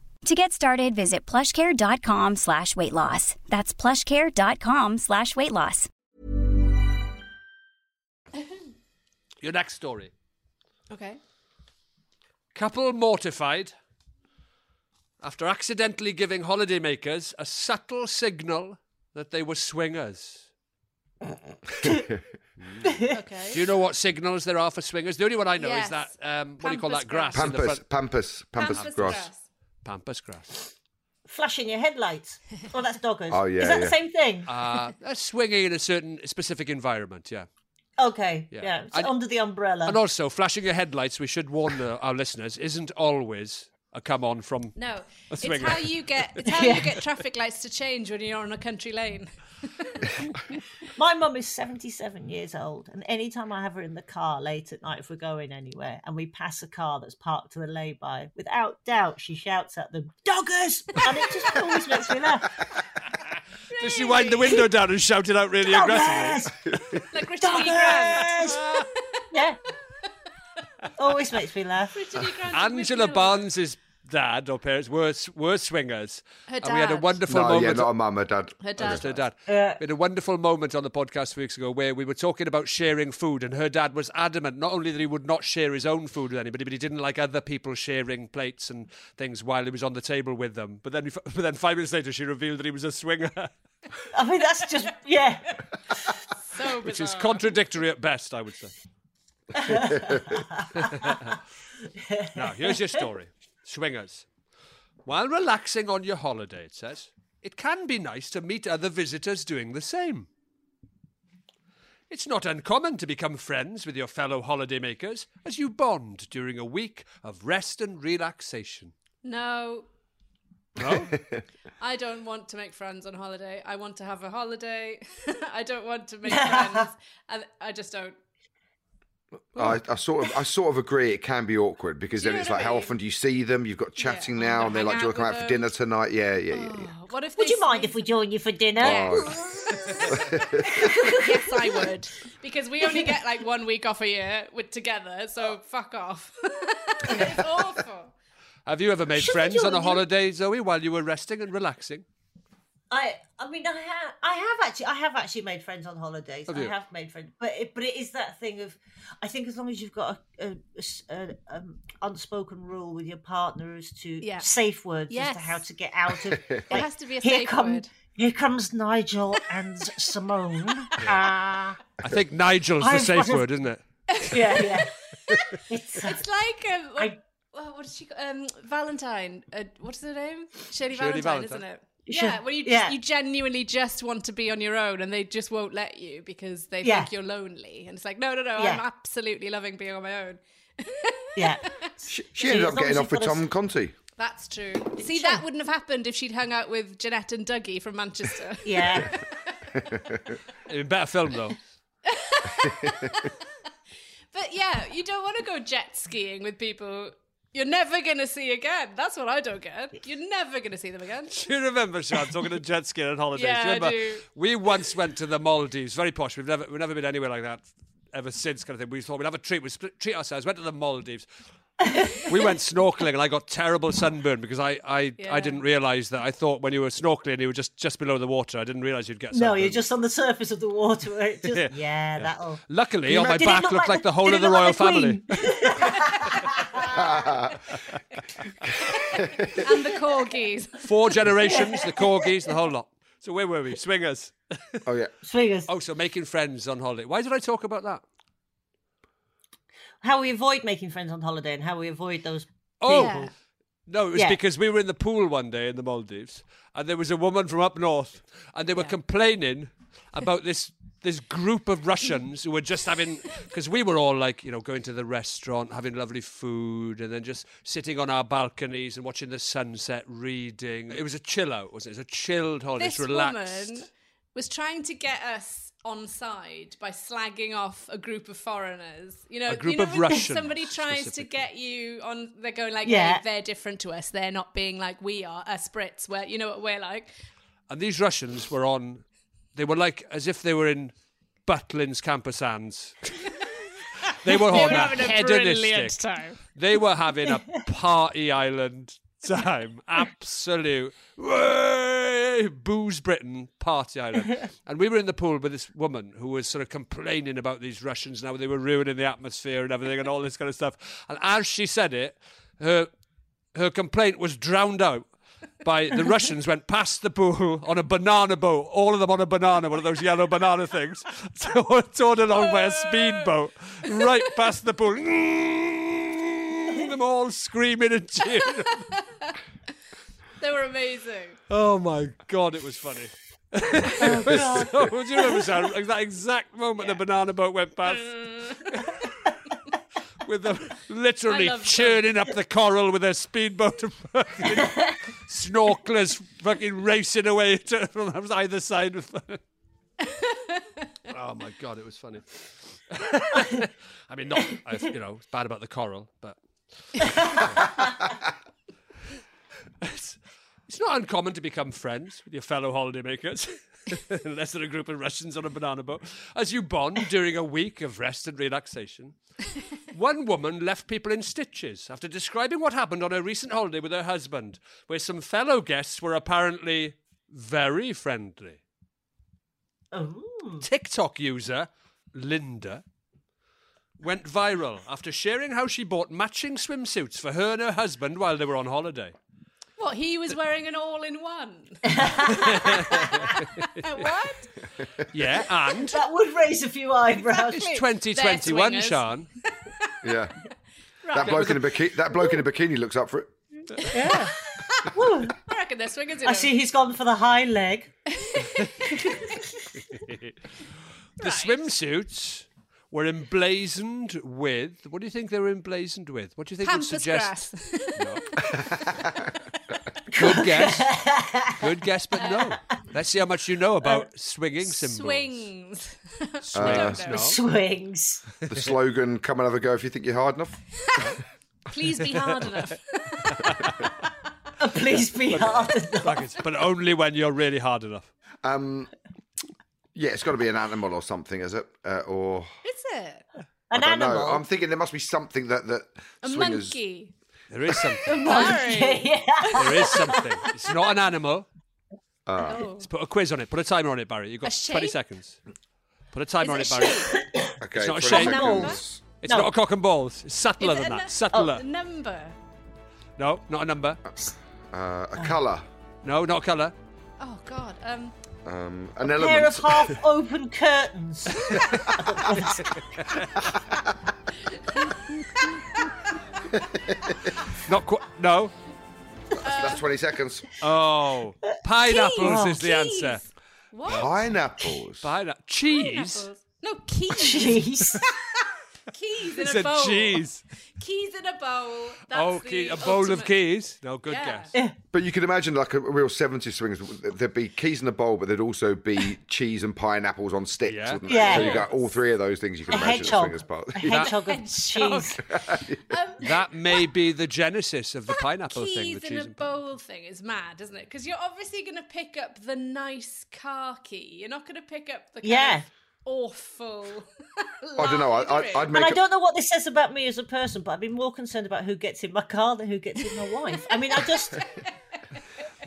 To get started, visit plushcare.com slash weight loss. That's plushcare.com slash weight loss.
Your next story.
Okay.
Couple mortified after accidentally giving holidaymakers a subtle signal that they were swingers.
okay.
Do you know what signals there are for swingers? The only one I know
Yes.
is that um, what do you call
Pampas
that grass? in the
Pampas,
front-
pampas, pampas,
Pampas
grass.
grass.
Pampas grass.
Flashing your headlights. Oh, that's doggers.
Oh, yeah,
Is that
yeah.
the same thing?
Uh, that's swinging in a certain specific environment. Yeah.
okay.
yeah.
Yeah. It's
And-
under the umbrella.
And also, flashing your headlights, we should warn the, our listeners, isn't always a come on from
No,
a
it's
swinger.
how you get it's how you get traffic lights to change when you're on a country lane.
My mum is 77 years old, and anytime I have her in the car late at night, if we're going anywhere, and we pass a car that's parked to a lay by, without doubt, she shouts at them, Doggers! And it just always makes me laugh.
Does she wind the window down and shout it out really aggressively?
Like Richard E. Grant.
Doggers! yeah. Always makes me laugh.
Richard E. Grant.
Angela Barnes's dad or parents were were swingers,
Her
and we had a
dad.
wonderful
no,
moment.
yeah, not a mum, a dad.
Her dad.
Just her dad. We had a wonderful moment on the podcast weeks ago where we were talking about sharing food, and her dad was adamant not only that he would not share his own food with anybody, but he didn't like other people sharing plates and things while he was on the table with them. But then, but then five minutes later, she revealed that he was a swinger,
I mean, that's just, yeah.
So
which is contradictory at best, I would say. now, here's your story Swingers. While relaxing on your holiday, it says, it can be nice to meet other visitors doing the same. It's not uncommon to become friends with your fellow holidaymakers as you bond during a week of rest and relaxation.
No,
No?
I don't want to make friends on holiday. I want to have a holiday. I don't want to make friends. I, I just don't.
I, I sort of, I sort of agree. It can be awkward because then
You know
it's
what I
like, how
mean?
often do you see them? You've got chatting
I'm
now,
gonna
and they're
hang
like, "Do you
out
want to come
with
out for
them."
dinner tonight?" Yeah, yeah, yeah. Oh. yeah.
What if
Would
they
you mind if we join you for dinner?
Oh. yes, I would. Because we only get like one week off a year with together,
Oh.
so fuck off. it's awful.
Have you ever made
Shouldn't
friends
you-
on a
you-
holiday, Zoe, while you were resting and relaxing?
I I mean I have I have actually I have actually made friends on holidays.
Have
I
you?
have made friends, but it, but it is that thing of I think as long as you've got a, a- a s- a- um, unspoken rule with your partner as to
Yeah.
safe words as
Yes.
to how to get out of it
has to be a
here
safe word."
Here comes Nigel and Simone. Uh,
I think Nigel's the
I've
safe
got a-
word, isn't it?
yeah, yeah.
It's like um, what, well, what did she call um Valentine? Uh, what's her name? Shirley,
Shirley
Valentine, isn't
Valentine.
it?
Sure.
Yeah, well, you
Yeah.
you genuinely just want to be on your own, and they just won't let you because they
Yeah.
think you're lonely. And it's like, no, no, no, I'm
Yeah.
absolutely loving being on my own.
yeah.
She,
See,
she ended
as
up
long as
getting
you've
off with
got a s-
Tom Conti.
That's true. See, that wouldn't have happened if she'd hung out with Jeanette and Dougie from Manchester.
Yeah.
In better film, though.
But yeah, you don't want to go jet skiing with people you're never going to see again. That's what I don't get. You're never going to see them again.
Do you remember, Sean, talking to jet skiing on holidays?
Yeah,
Do you
I
remember?
do.
We once went to the Maldives, very posh. We've never, we've never been anywhere like that ever since, kind of thing. We thought we'd have a treat, we'd split, treat ourselves. Went to the Maldives. we went snorkeling and I got terrible sunburn because I, I,
Yeah.
I didn't realise that. I thought when you were snorkeling, you were just, just below the water. I didn't realise you'd get sunburn.
No, you're just on the surface of the water. where it Just,
Yeah.
yeah, that'll.
Luckily,
Did
on
it
my
look
back
like
looked
the-
like the whole
did
of
it
the
look
royal
like the
family.
Queen?
And the corgis.
Four generations, the corgis, the whole lot. So where were we? Swingers.
Oh yeah.
Swingers.
Oh, so making friends on holiday. Why did I talk about that?
How we avoid making friends on holiday and how we avoid those.
Oh,
people.
No, it was
Yeah.
because we were in the pool one day in the Maldives, and there was a woman from up north, and they were complaining about this this group of Russians who were just having because we were all like you know going to the restaurant, having lovely food, and then just sitting on our balconies and watching the sunset, reading. It was a chill out, wasn't it? It was a chilled holiday,
This
it's relaxed.
woman was trying to get us on side by slagging off a group of foreigners. You know,
A group
you know
of
when
Russians,
somebody tries to
specifically.
get you on they're going like
Yeah.
"No, they're different to us. They're not being like we are, us Brits, where you know what we're like.
And these Russians were on, they were like as if they were in Butlin's Campersands. they were on a Oh, hedonistic.
time.
They were having a party island time. Absolute way! booze Britain party island. And we were in the pool with this woman who was sort of complaining about these Russians now they were ruining the atmosphere and everything and all this kind of stuff. And as she said it, her her complaint was drowned out by the Russians went past the pool on a banana boat, all of them on a banana, one of those yellow banana things, towed towed along by a speedboat, right past the pool. them all screaming and cheering.
They were amazing.
Oh my god, it was funny.
Oh,
it was so, do you remember Sharon? that exact moment the banana boat went past? with them literally
Uh. I love
churning up the coral with their speedboat and fucking snorkelers fucking racing away to, from either side of Oh my god, it was funny. I mean, not I, you know, it's bad about the coral, but it's, it's not uncommon to become friends with your fellow holidaymakers, unless they're a group of Russians on a banana boat, as you bond during a week of rest and relaxation. One woman left people in stitches after describing what happened on her recent holiday with her husband, where some fellow guests were apparently very friendly.
oh,
TikTok user Linda went viral after sharing how she bought matching swimsuits for her and her husband while they were on holiday.
What he was wearing an all-in-one.
what?
Yeah, and
That would raise a few eyebrows.
it's 2021, Sean.
Yeah.
Right.
That bloke in a bikini. That bloke in a bikini looks up for it.
Yeah. Woo.
I reckon they're swingers.
I see he's gone for the high leg.
the swimsuits were emblazoned with. What do you think they were emblazoned with? What do you think
Pampas
would suggest?
grass.
Good guess. Good guess, but no. Let's see how much you know
Uh,
about swinging symbols.
Swings.
Uh, Swings, no.
Swings.
The slogan: "Come and have a go if you think you're hard enough."
Please be hard enough.
Oh, Please be hard enough.
Buckets, but only when you're really hard enough.
Um, yeah, it's got to be an animal or something, is it? Uh, or
Is it?
an
I don't
animal.
know. I'm thinking there must be something that that
A
swingers.
monkey.
There is something.
Sorry.
yeah.
There is something. It's not an animal.
Ah.
Let's put a quiz on it. Put a timer on it, Barry. You've got
Oh. A
20
shape?
seconds. Put a timer
Is
on it,
it a
Barry.
Okay,
It's not a
20
shape.
seconds.
It's
No.
not a cock and balls. It's subtler
Is it
than
a oh. nu-
that. Subtler.
A number.
No, not a number.
Uh, a colour,
No, not a colour.
Oh God. Um.
um, an
A
element.
pair of half open curtains.
Not qu- No.
That's 20 seconds.
Oh. Pineapples is the
Keys.
answer.
What?
Oh.
Pineapples.
Pine- cheese.
Pineapples. No keys.
Jeez.
keys in
It's
a
a
bowl.
cheese.
Keys in a bowl. That's
oh,
the
key- a bowl of
ultimate-
keys. No, good
Yeah.
guess.
But you can imagine like a real 70s swings, there'd be keys in a bowl, but there'd also be cheese and pineapples on sticks,
Yeah.
wouldn't there?
Yeah.
So you got all three of those things you can
A
imagine
hedgehog.
at swingers
A
party.
hedgehog of cheese.
That may be the genesis of the pineapple thing.
keys
The
in
cheese
a
and
bowl thing is mad, isn't it? Because you're obviously going to pick up the nice car key. You're not going to pick up the kind
Yeah.
of awful.
I don't know. I, I, I'd
And
make
I
a-
don't know what this says about me as a person, but I've been more concerned about who gets in my car than who gets in my wife. I mean, I just.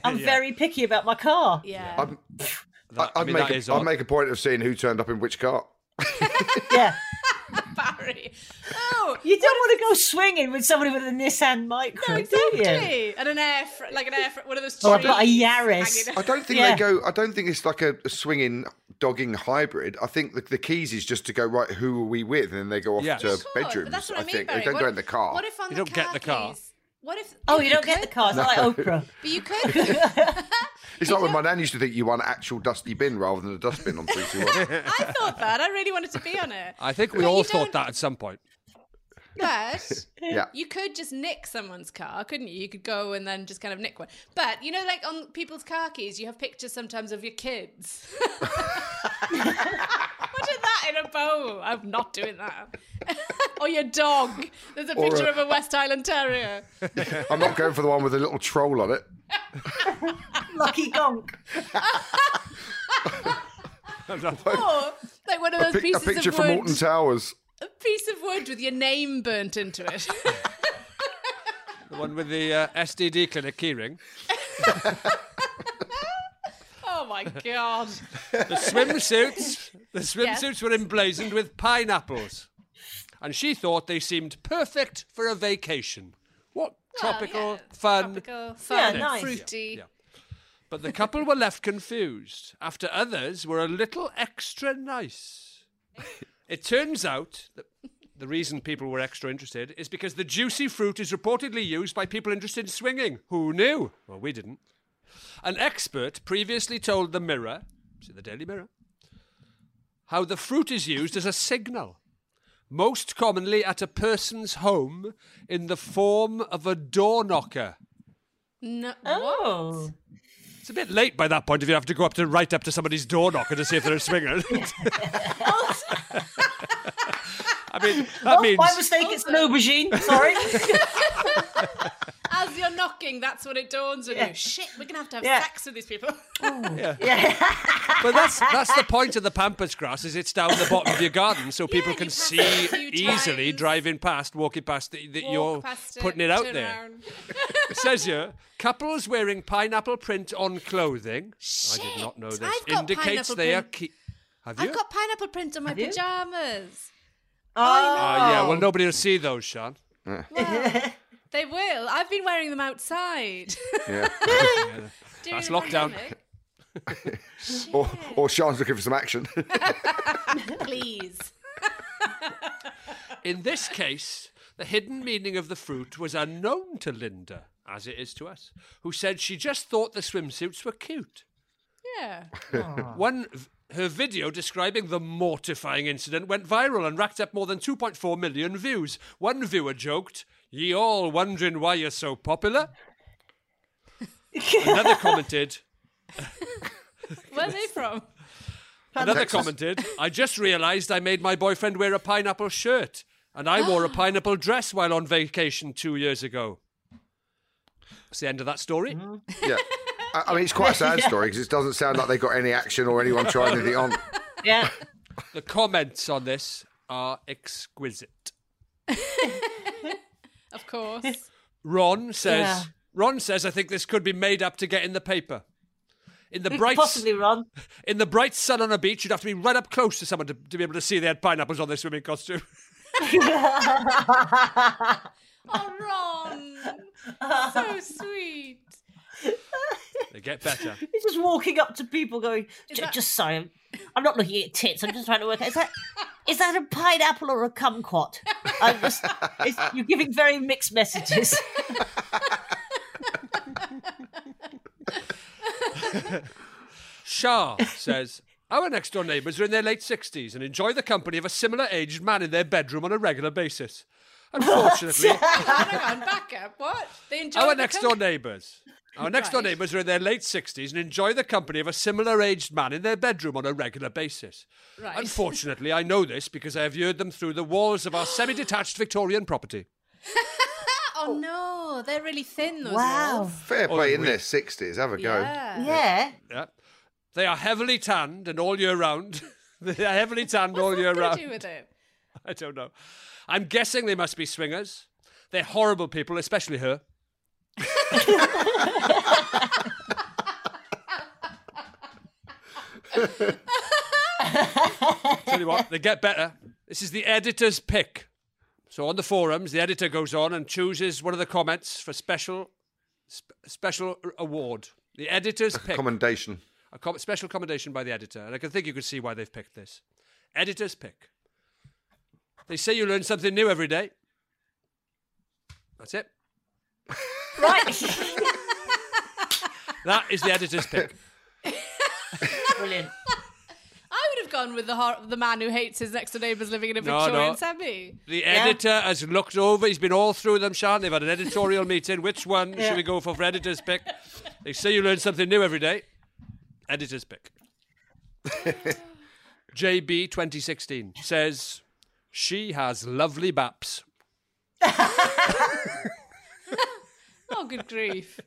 I'm very picky about my car.
yeah.
I'd,
That-
I'd
I mean,
make
that
a-
is
I'd
odd.
make a point of seeing who turned up in which car.
Yeah.
Barry. Oh,
You don't want to go swinging with somebody with a Nissan Micra, do you?
exactly. And an air, fr- like an air, fr- one of those.
Oh, I've got a
trees
Yaris.
hanging
I
out.
don't think
Yeah.
they go. I don't think it's like a, a swinging, dogging hybrid. I think the, the keys is just to go right. Who are we with? And then they go off
Yeah.
to
Of
Cool, but
bedrooms.
That's what I, mean,
think
Barry.
they don't
what,
go in the car.
What if on
You
the
don't get the car.
keys? What if?
Oh, you don't get the car. It's not like Oprah.
But you could.
it's like when my nan used to think you won an actual dusty bin rather than a dustbin on three two one.
I thought that. I really wanted to be on it.
I think we
But you
all thought
don't-
that at some point.
But
Yeah.
you could just nick someone's car, couldn't you? You could go and then just kind of nick one. But you know, like on people's car keys, you have pictures sometimes of your kids. Imagine that in a bowl. I'm not doing that. or your dog. There's a
Or
picture
a-
of a West Island Terrier.
I'm not going for the one with a little troll on it.
Lucky gonk.
Or like Oh, one of those
Pic- a
pieces
picture
of
from
wood.
Morton Towers.
a piece of wood with your name burnt into it.
The one with the uh, STD clinic keyring.
oh my god.
The swimsuits. The swimsuits were emblazoned with pineapples, and she thought they seemed perfect for a vacation. What tropical fun,
Tropical,
thing.
fun, fruity.
But the couple were left confused after others were a little extra nice. It turns out that the reason people were extra interested is because the juicy fruit is reportedly used by people interested in swinging. Who knew? Well, we didn't. An expert previously told the Mirror, see the Daily Mirror, how the fruit is used as a signal, most commonly at a person's home in the form of a door knocker.
No,
Oh.
It's a bit late by that point if you have to go up to right up to somebody's door knocker to see if they're a swinger. I mean, that
oh,
means
my mistake. It's
Oh.
an aubergine. Sorry.
As you're knocking, that's when it dawns on you. Shit, we're gonna have to have
Yeah.
sex with these people.
Yeah. but that's that's the point of the pampas grass is it's down the bottom of your garden so people can see easily driving past, walking past that that you're
past
putting it, out there. It says here, couples wearing pineapple print on clothing. I did not know
Shit,
this.
I've got
indicates
pineapple
they are.
print.
Ke- have you?
I've got pineapple print on my
Have you?
pajamas.
Oh, yeah. Well, nobody will see those, Sean.
They will. I've been wearing them outside.
Yeah.
During
That's
the
lockdown.
pandemic.
or, or Sean's looking for some action.
Please.
In this case, the hidden meaning of the fruit was unknown to Linda, as it is to us, who said she just thought the swimsuits were cute.
Yeah.
One, v- her video describing the mortifying incident went viral and racked up more than 2.4 million views. One viewer joked, Ye all wondering why you're so popular? Another commented,
Where are they from?
Another
Texas.
commented, I just realised I made my boyfriend wear a pineapple shirt, and I wore a pineapple dress while on vacation two years ago. That's the end of that story.
yeah. I, I mean, it's quite a sad
Yeah.
story because it doesn't sound like they got any action or anyone trying anything on.
yeah.
The comments on this are exquisite.
Of course.
Ron says,
Yeah.
Ron says, I think this could be made up to get in the paper. In the bright,
Possibly Ron.
in the bright sun on a beach, you'd have to be right up close to someone to, to be able to see they had pineapples on their swimming costume.
Oh, Ron. so sweet.
they get better.
He's just walking up to people going,
Is
"J-
that-
just sorry, I'm- I'm not looking at tits. I'm just trying to work out, is that, is that a pineapple or a kumquat? I'm just, it's, you're giving very mixed messages.
Shah says, Our next door neighbours are in their late 60s and enjoy the company of a similar aged man in their bedroom on a regular basis. Unfortunately,
Hang on, back up. What? They enjoy
our
the
next door
company-
neighbours. Our next door
Right.
neighbours are in their late 60s and enjoy the company of a similar aged man in their bedroom on a regular basis.
Right.
Unfortunately, I know this because I have heard them through the walls of our semi detached Victorian property.
Oh no, they're really thin. Those
wow.
walls.
Fair play in their 60s. Have a go.
Yeah.
Yeah.
Yeah. They are heavily tanned and all year round. they are heavily tanned all
What's
year
that got
round.
to do with it?
I don't know. I'm guessing they must be swingers. They're horrible people, especially her. Tell you what, they get better. This is the editor's pick. So on the forums, the editor goes on and chooses one of the comments for special sp- special award. The editor's pick
Commendation.
a com- special commendation by the editor, and I can think you can see why they've picked this. Editor's pick. They say you learn something new every day. That's it.
Right.
That is the editor's pick.
Brilliant.
I would have gone with the hor- the man who hates his next door neighbours living in a
No,
Victorian
no.
semi.
The editor has looked over. He's been all through them, Sean. They've had an editorial meeting. Which one should we go for for editor's pick? They say you learn something new every day. Editor's pick. JB 2016 says, She has lovely baps.
Oh, good grief!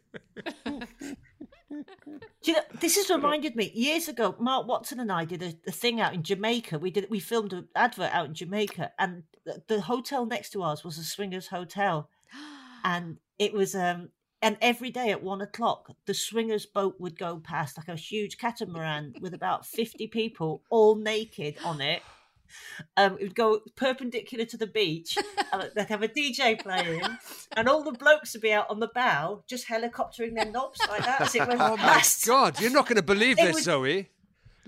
Do you know, this has reminded me years ago. Mark Watson and I did a, a thing out in Jamaica. We did we filmed an advert out in Jamaica, and the, the hotel next to ours was a swingers hotel, and it was um and every day at one o'clock the swingers boat would go past like a huge catamaran with about fifty people all naked on it. um, it would go perpendicular to the beach. and they'd have a DJ playing, and all the blokes would be out on the bow, just helicoptering their knobs like that as it went
oh my
past.
god, you're not going to believe
It
this,
would-
Zoe.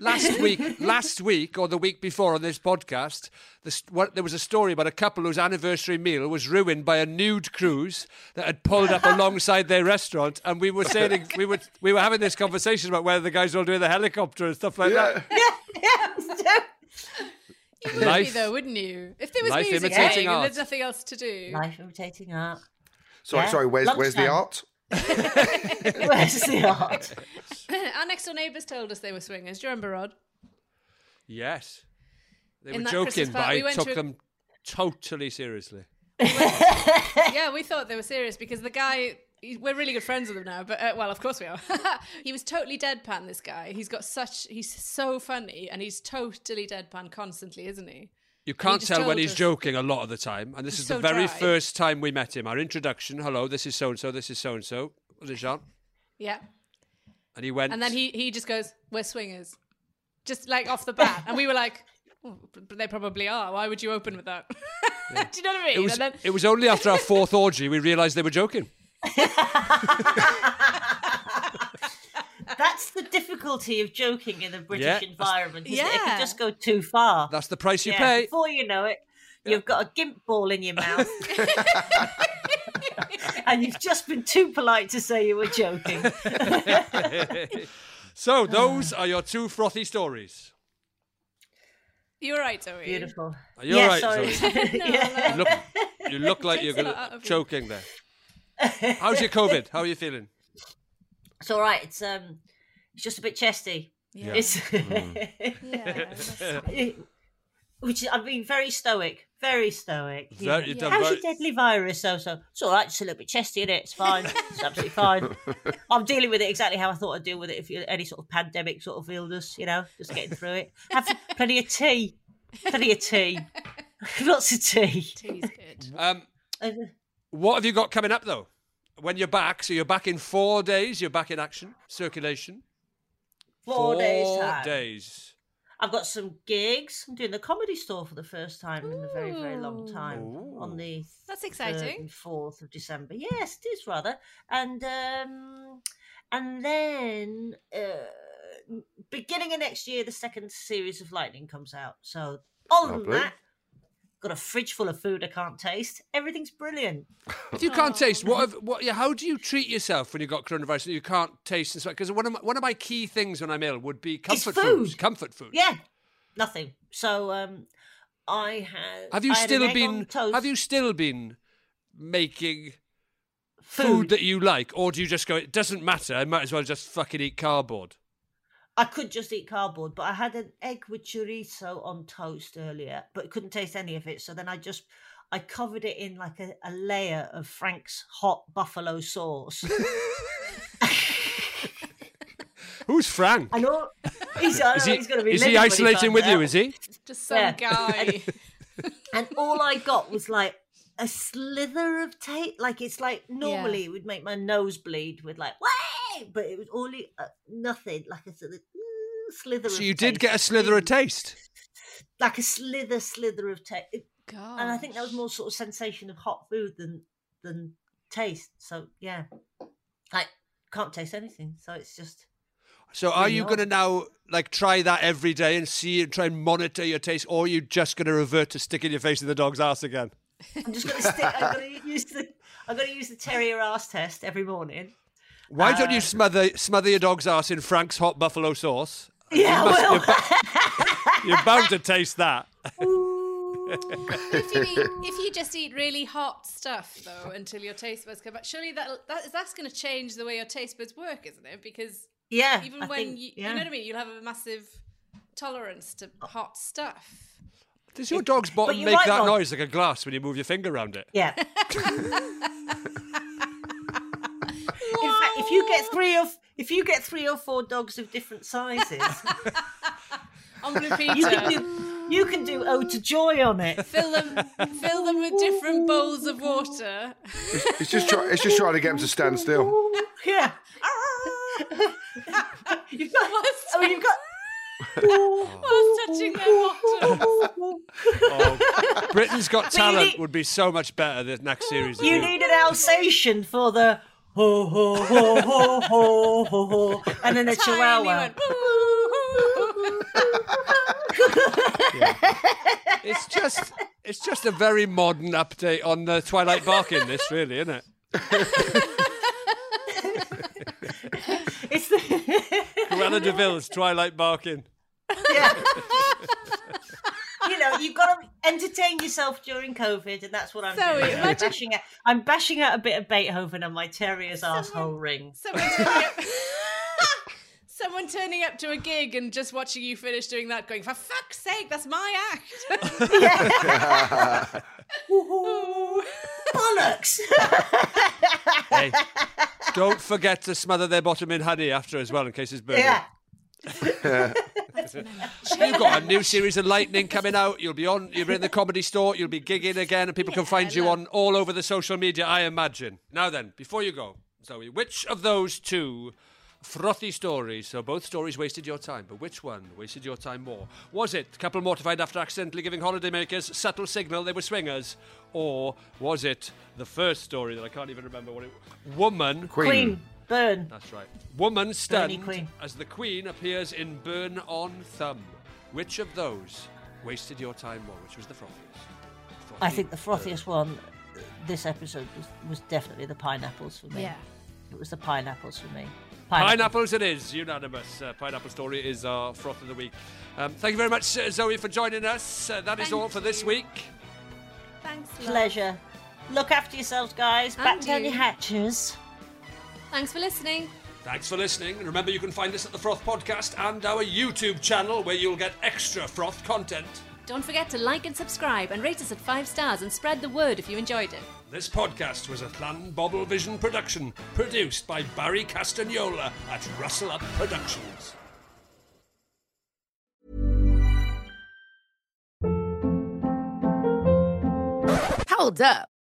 Last week, last week or the week before on this podcast, this, what, there was a story about a couple whose anniversary meal was ruined by a nude cruise that had pulled up alongside their restaurant, and we were saying we were we were having this conversation about whether the guys were all doing the helicopter and stuff like that.
You would be
Life-
though, wouldn't you? If there was
life
music
imitating
playing
art.
and there's nothing else to do.
Life imitating art.
Sorry,
Yeah.
sorry. Where's where's the
Lunchtime.
art?
Where's the art?
Our next door neighbours told us they were swingers. Do you remember, Rod?
Yes, they
In
were
that
joking,
Christmas
but
party, we
I
went
took
to a-
them totally seriously.
yeah, we thought they were serious because the guy. he- We're really good friends with him now, but uh, well, of course we are. he was totally deadpan. This guy, he's got such, he's so funny, and he's totally deadpan constantly, isn't he?
You
And he
can't
just
tell when
told
he's
us-
joking a lot of the time. And this
He's
is the
so
very
dry.
first time we met him. Our introduction hello, this is so and so, this is so and so. Was it Jean?
Yeah,
And he went,
and then he he just goes, "We're swingers," just like off the bat, and we were like, oh, but "They probably are. Why would you open with that?" do you know what I mean?
it, was,
and then
it was only after our fourth orgy we realised they were joking.
That's the difficulty of joking in the British
Yeah.
environment. Isn't it? it
Yeah.
can just go too far.
That's the price you
Yeah,
pay.
Before you know it, you've got a gimp ball in your mouth. and you've just been too polite to say you were joking.
So those are your two frothy stories.
you're right, Zoe.
Beautiful.
Are you all right, Zoe?
No,
You look, you look like you're
Takes a lot
gonna,
out of you.
choking there. How's your COVID? How are you feeling?
It's all right. It's um, it's just a bit chesty.
Yeah. Hmm.
It's
Yeah.
which is, I've been very stoic, very stoic. you
Very-
know.
you've done
How's
very-
your deadly virus? So so it's all right. Just a little bit chesty in it. It's fine. It's absolutely fine. I'm dealing with it exactly how I thought I'd deal with it. If you any sort of pandemic sort of illness, you know, just getting through it. Have plenty of tea, plenty of tea, lots of tea.
Tea's good.
Um,
Uh,
what have you got coming up though? When you're back, so you're back in four days. You're back in action, circulation.
Four, days.
Four
time.
days.
I've got some gigs. I'm doing the comedy store for the first time in a very, very long time on the
That's
third
exciting.
and fourth of December. Yes, it is rather. And um, and then uh, beginning of next year, the second series of Lightning comes out. So other than
Lovely.
that, got a fridge full of food I can't taste. Everything's brilliant.
If you
Oh.
can't taste, what, have, what, yeah, how do you treat yourself when you've got coronavirus and you can't taste and stuff? Because one of my, one of my key things when I'm ill would be comfort foods.
food.
Comfort food.
Yeah, nothing. So um, I had.
Have you
I had an
still
egg on
been?
toast.
Have you still been making food. that you like, or do you just go? It doesn't matter. I might as well just fucking eat cardboard.
I could just eat cardboard, but I had an egg with chorizo on toast earlier, but couldn't taste any of it. So then I just I covered it in like a, a layer of Frank's hot buffalo sauce.
Who's Frank?
and all he's, I
Is
don't know,
he,
he's gonna be
is he
livid when
isolating
finds
with you?
out.
Is he?
Just some
Yeah.
guy.
and all I got was like a slither of tape. Like it's like normally
Yeah.
it would make my nose bleed with like way, but it was all uh, nothing. Like a sort of, mm, slither.
So
of
you did
taste.
get a slither of taste.
like a slither, slither of taste.
God.
And I think that was more sort of sensation of hot food than than taste. So yeah, I can't taste anything. So it's just
So are
Really
you
odd.
going to now like try that every day and see and try and monitor your taste, or are you just going to revert to sticking your face in the dog's ass again?
I'm just gonna stick. I'm gonna use the I'm gonna use the terrier ass test every morning.
Why don't
Uh,
you smother smother your dog's ass in Frank's hot buffalo sauce?
Yeah, well,
You're bound to taste that.
if, you eat, if you just eat really hot stuff though until your taste buds come back, surely that that that's going to change the way your taste buds work, isn't it? Because
yeah.
even
I
when
think-
you,
yeah. Oh.
you know what I mean, you'll have a massive tolerance to hot stuff.
Does your dog's bottom
you're
make
right,
that
Rob.
noise like a glass when you move your finger around it?
Yeah. in fact, if you get three of if you get three or four dogs of different sizes,
On Blue Peter,
you can do you can do Ode to Joy on it.
fill them fill them with different bowls of water.
It's just try, it's just trying to get him to stand still.
Yeah. you've got. I mean, you've got.
Whilst touching their bottoms.
oh, Britain's Got
But you
Talent
need-
would be so much better this next series. than
You need an Alsatian for the ho ho ho ho ho ho ho, and then a
Tiny
Chihuahua.
It's just, it's just a very modern update on the Twilight Barking. This really, isn't it?
It's the
Cruella de Vil's Twilight Barking.
yeah. you know, you've got to entertain yourself during COVID, and that's what I'm
Zoe,
doing. I'm
imagine-
bashing, out, I'm bashing out a bit of Beethoven on my terrier's asshole ring.
Someone turning up to a gig and just watching you finish doing that, going, for fuck's sake, that's my act.
Bollocks!
Hey, don't forget to smother their bottom in honey after as well, in case it's burning.
Yeah.
You've got a new series of Lightning coming out. You'll be on. You'll be in the comedy store. You'll be gigging again, and people can find you on all over the social media. I imagine. Now then, before you go, Zoe, which of those two frothy stories? So both stories wasted your time, but which one wasted your time more? Was it couple mortified after accidentally giving holidaymakers subtle signal they were swingers, or was it the first story that I can't even remember what it? Woman
Queen, burn.
that's right. Woman stunned
queen.
as the queen appears in Burn on Thumb. Which of those wasted your time more? Which was the frothiest?
I think the frothiest one uh, this episode was, was definitely the pineapples for me.
Yeah.
It was the pineapples for me.
Pineapples it is, unanimous. Uh, pineapple story is our froth of the week. Um, thank you very much, uh, Zoe, for joining us. Uh, that is all for this week.
Thanks, love.
Pleasure. Look after yourselves, guys. Back
And
down
you.
your hatches.
Thanks for listening.
Thanks for listening. And remember, you can find us at the Froth Podcast and our YouTube channel where you'll get extra froth content.
Don't forget to like and subscribe and rate us at five stars and spread the word if you enjoyed it.
This podcast was a Flan Bobble Vision production produced by Barry Castagnola at Russell Up Productions.
Hold up.